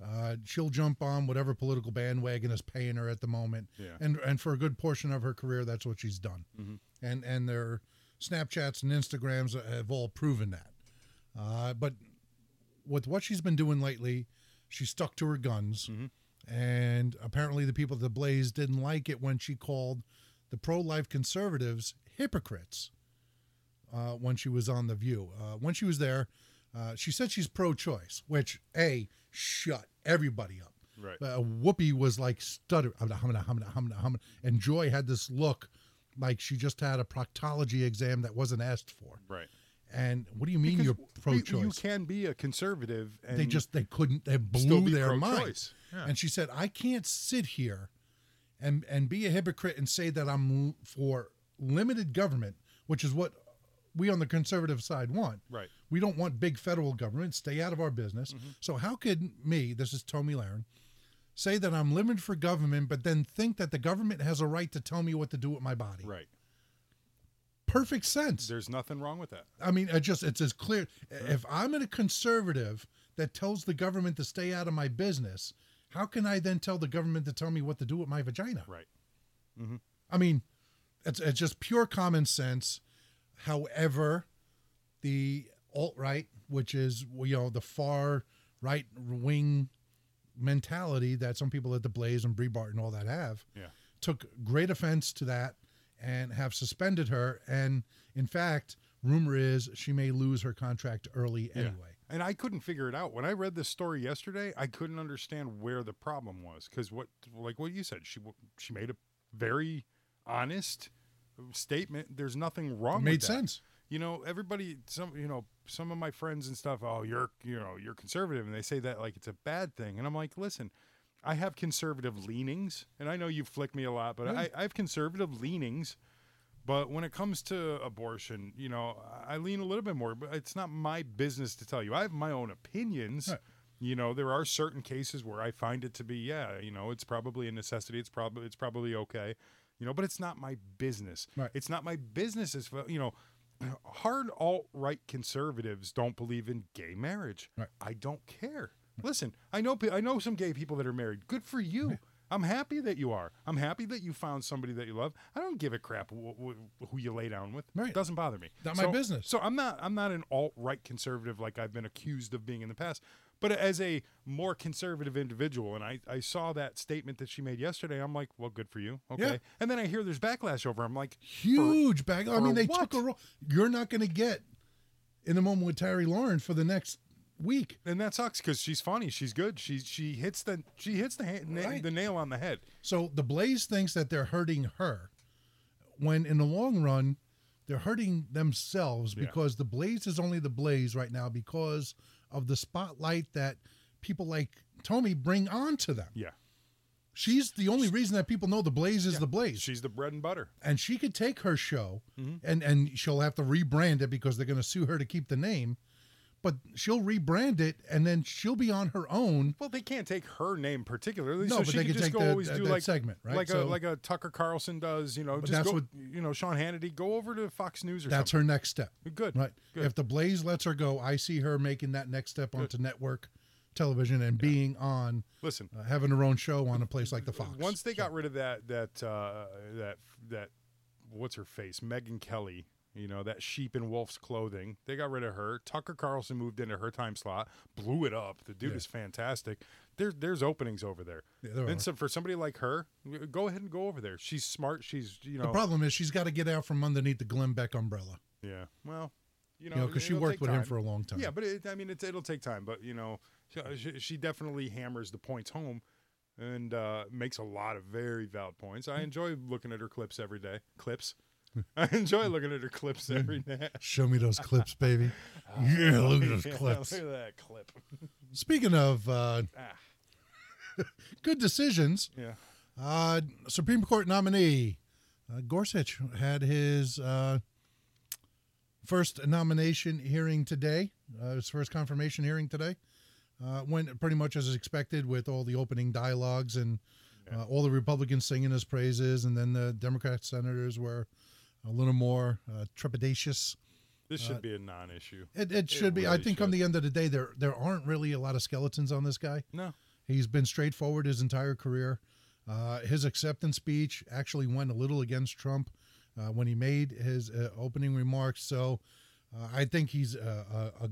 H: uh, she'll jump on whatever political bandwagon is paying her at the moment,
I: Yeah.
H: and and for a good portion of her career, that's what she's done, and and their Snapchats and Instagrams have all proven that. Uh, but with what she's been doing lately, she stuck to her guns. And apparently, the people at the Blaze didn't like it when she called the pro life conservatives hypocrites uh, when she was on The View. Uh, when she was there, uh, she said she's pro choice, which, A, shut everybody up.
I: Right.
H: Uh, Whoopi was like stutter, humna, humna, humna, humna, humna, and Joy had this look like she just had a proctology exam that wasn't asked for.
I: Right.
H: And what do you mean you're pro
I: You, you
H: choice?
I: can be a conservative. And
H: they just they couldn't they blew
I: still be
H: their
I: pro-choice.
H: minds
I: Yeah.
H: and she said i can't sit here and and be a hypocrite and say that i'm l- for limited government which is what we on the conservative side want.
I: Right. Mm-hmm.
H: We don't want big federal government stay out of our business. So how could me, this is Tommy Lahren, say that I'm limited for government, but then think that the government has a right to tell me what to do with my body?
I: Right.
H: Perfect sense.
I: There's nothing wrong with that.
H: I mean, I just it's as clear. If I'm in a conservative that tells the government to stay out of my business, how can I then tell the government to tell me what to do with my vagina?
I: Right. Mm-hmm.
H: I mean, it's, it's just pure common sense. However, the alt right, which is you know the far right wing mentality that some people at the Blaze and Bree Barton all that have,
I: Yeah.
H: took great offense to that and have suspended her. And in fact, rumor is she may lose her contract early
I: Yeah.
H: anyway.
I: And I couldn't figure it out. When I read this story yesterday, I couldn't understand where the problem was cuz what like what you said, she w- she made a very honest statement. There's nothing wrong
H: Made
I: with that.
H: sense.
I: You know, everybody some you know, some of my friends and stuff, oh, you're you know, you're conservative and they say that like it's a bad thing. And I'm like, "Listen, I have conservative leanings, and I know you flick me a lot, but
H: Yeah.
I: I, I have conservative leanings. But when it comes to abortion, you know, I I lean a little bit more, but it's not my business to tell you. I have my own opinions. You know, there are certain cases where I find it to be, yeah, you know, it's probably a necessity. It's probably it's probably okay. You know, but it's not my business.
H: Right.
I: It's not my business as well, you know, hard alt right conservatives don't believe in gay marriage. I don't care. Listen, I know pe- I know some gay people that are married. Good for you. I'm happy that you are. I'm happy that you found somebody that you love. I don't give a crap wh- wh- who you lay down with. It doesn't bother me.
H: Not my
I: So-
H: business.
I: So I'm not I'm not an alt right conservative like I've been accused of being in the past. But as a more conservative individual, and I, I saw that statement that she made yesterday, I'm like, well, good for you. Okay.
H: Yeah.
I: And then I hear there's backlash over. it. I'm like,
H: Huge bag. I
I: for
H: mean, they
I: what?
H: took a role. You're not going to get in the moment with Terry Lauren for the next week.
I: and that sucks because she's funny. She's good. She she hits the she hits the ha- na-
H: Right.
I: the nail on the head.
H: So the Blaze thinks that they're hurting her, when in the long run, they're hurting themselves
I: Yeah.
H: because the Blaze is only the Blaze right now because of the spotlight that people like Tommy bring onto them.
I: Yeah.
H: She's the only reason that people know the Blaze is the Blaze.
I: She's the bread and butter.
H: and she could take her show and and she'll have to rebrand it because they're going to sue her to keep the name but she'll rebrand it and then she'll be on her own
I: Well, they can't take her name particularly.
H: No,
I: so
H: but
I: she
H: they
I: could
H: could
I: just
H: take
I: go
H: the-
I: always
H: that-
I: do
H: that
I: like
H: segment, right?
I: Like a
H: So-
I: like a Tucker Carlson does. You know, just
H: that's
I: go,
H: what-
I: you know Sean Hannity. Go over to Fox News or
H: that's
I: something.
H: her next step
I: Good,
H: right
I: good.
H: if the blaze lets her go i see her making that next step onto network television and being on
I: Listen.
H: uh, having her own show on a place like the fox
I: Once they got rid of that that uh, that that what's her face Megan Kelly, you know that sheep in wolf's clothing. They got rid of her. Tucker Carlson moved into her time slot, blew it up. The dude
H: Yeah.
I: is fantastic. There's there's openings over there.
H: Yeah, there
I: and
H: are.
I: so for somebody like her, go ahead and go over there. She's smart. She's you know
H: the problem is she's got to get out from underneath the glenn beck umbrella
I: Yeah. Well, you
H: You
I: know,
H: know, 'cause she
I: it'll
H: worked
I: take
H: with him
I: time.
H: for a long time.
I: Yeah, but it, I mean, it, it'll take time. But you know, she, she definitely hammers the points home, and uh, makes a lot of very valid points. I enjoy looking at her clips every day. Clips. I enjoy looking at her clips
H: Mm-hmm.
I: every day.
H: show me those clips baby yeah look at those
I: Yeah,
H: clips
I: Look at that clip.
H: Speaking of uh,
I: Ah.
H: good decisions,
I: Yeah.
H: uh, Supreme Court nominee uh, Gorsuch had his uh, first nomination hearing today, uh, his first confirmation hearing today. Uh, went pretty much as expected with all the opening dialogues and uh, all the Republicans singing his praises, and then the Democrat senators were a little more uh, trepidatious.
I: This should
H: Uh,
I: be a non-issue.
H: It, it should be. I
I: really
H: think on
I: should.
H: the end of the day, there there aren't really a lot of skeletons on this guy.
I: No.
H: He's been straightforward his entire career. Uh, his acceptance speech actually went a little against Trump uh, when he made his uh, opening remarks. So uh, I think he's a, a, a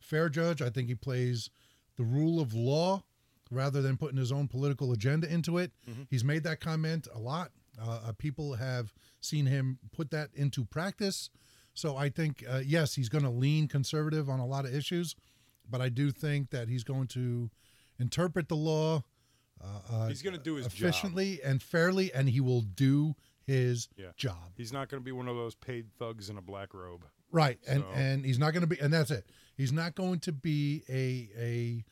H: fair judge. I think he plays the rule of law rather than putting his own political agenda into it. He's made that comment a lot. Uh, uh, people have seen him put that into practice. So I think, uh, yes, he's going to lean conservative on a lot of issues, but I do think that he's going to interpret the law uh, uh,
I: He's gonna do his job.
H: efficiently and fairly, and he will do his
I: Yeah.
H: job.
I: He's not going to be one of those paid thugs in a black robe.
H: Right, and
I: So-
H: and he's not going to be, and that's it. He's not going to be a a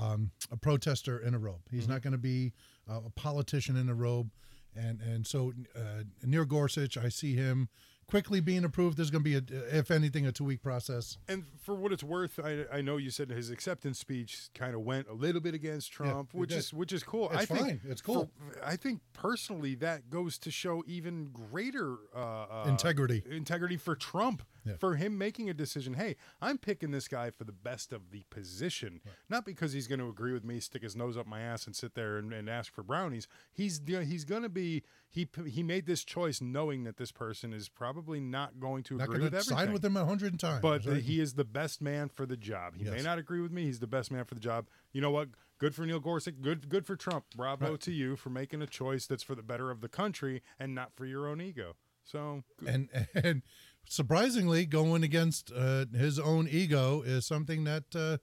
H: uh, um, a protester in a robe. He's
I: Mm-hmm.
H: not going to be uh, a politician in a robe, and and so uh, Neil Gorsuch, I see him quickly being approved. There's going to be, a, if anything, a two week process.
I: And for what it's worth, I, I know you said his acceptance speech kind of went a little bit against Trump,
H: it
I: which
H: did.
I: is which is cool.
H: It's
I: I
H: fine.
I: Think
H: It's cool.
I: for- I think personally that goes to show even greater uh, uh,
H: Integrity.
I: integrity for Trump
H: Yeah.
I: for him making a decision. Hey, I'm picking this guy for the best of the position, not because he's going to agree with me, stick his nose up my ass, and sit there and, and ask for brownies. He's you know, he's going to be he p- he made this choice knowing that this person is probably not going to
H: Not
I: agree
H: going
I: with
H: to
I: everything.
H: side with him a hundred times.
I: But
H: right?
I: he is the best man for the job. He may
H: Yes.
I: not agree with me. He's the best man for the job. You know what? Good for Neil Gorsuch. Good good for Trump. Bravo
H: Right.
I: to you for making a choice that's for the better of the country and not for your own ego. So good.
H: and and surprisingly, going against uh, his own ego is something that uh,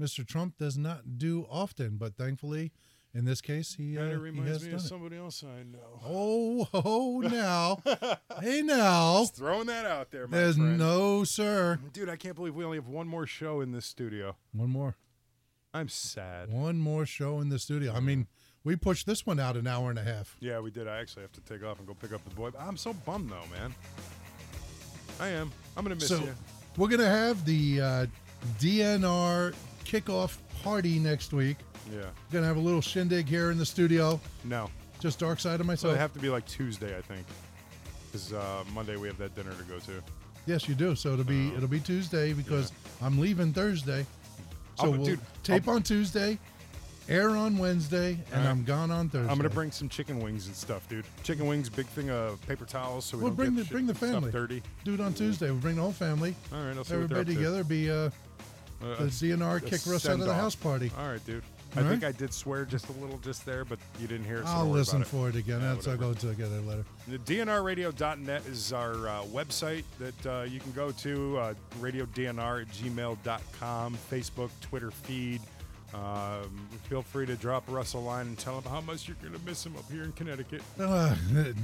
H: Mr. Trump does not do often. But thankfully, in this case, he, uh,
I: Kinda
H: he
I: reminds
H: has
I: me
H: done
I: of
H: it.
I: somebody else I know.
H: Oh, oh, now, hey, now,
I: Just throwing that out there, my
H: there's
I: friend.
H: no sir.
I: Dude, I can't believe we only have one more show in this studio.
H: One more,
I: I'm sad.
H: one more show in the studio. I mean, we pushed this one out an hour and a half.
I: Yeah, we did. I actually have to take off and go pick up the boy. I'm so bummed though, man. I am. I'm gonna miss
H: so
I: you.
H: we're gonna have the uh, DNR kickoff party next week.
I: Yeah.
H: We're gonna have a little shindig here in the studio.
I: No.
H: Just dark side of
I: So
H: myself.
I: it'd have to be like Tuesday, I think. Because uh, Monday we have that dinner to go to.
H: Yes, you do. So it'll be
I: Oh.
H: it'll be Tuesday because I'm leaving Thursday. So
I: I'll-
H: we'll
I: dude,
H: tape on Tuesday, air on Wednesday, and
I: Alright.
H: I'm gone on Thursday.
I: I'm gonna bring some chicken wings and stuff, dude. Chicken wings, big thing of paper towels, so we
H: Well,
I: don't
H: bring
I: get
H: the
I: shit
H: bring the
I: stuff
H: family.
I: dirty.
H: Do it on Tuesday. We'll bring the whole family.
I: All right, I'll see what they're
H: Everybody
I: up to.
H: together be uh,
I: Uh,
H: the
I: a-
H: DNR
I: a
H: kick us out of the
I: send-off.
H: house party.
I: All right, dude. I
H: All right.
I: think I did swear just a little just there, but you didn't hear it. So
H: I'll
I: don't worry
H: listen
I: about
H: for it again.
I: Yeah,
H: That's I'll go to get it later.
I: The DNRradio.net is our uh, website that uh, you can go to. Uh, RadioDNR at gmail.com, Facebook, Twitter feed. Um, feel free to drop Russ a line and tell him how much you're going to miss him up here in Connecticut.
H: Uh,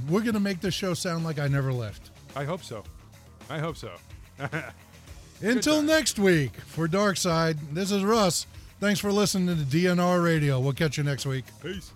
H: we're gonna make this show sound like I never left.
I: I hope so. I hope so.
H: Until next week for Dark Side. This is Russ. Thanks for listening to DNR Radio. We'll catch you next week.
I: Peace.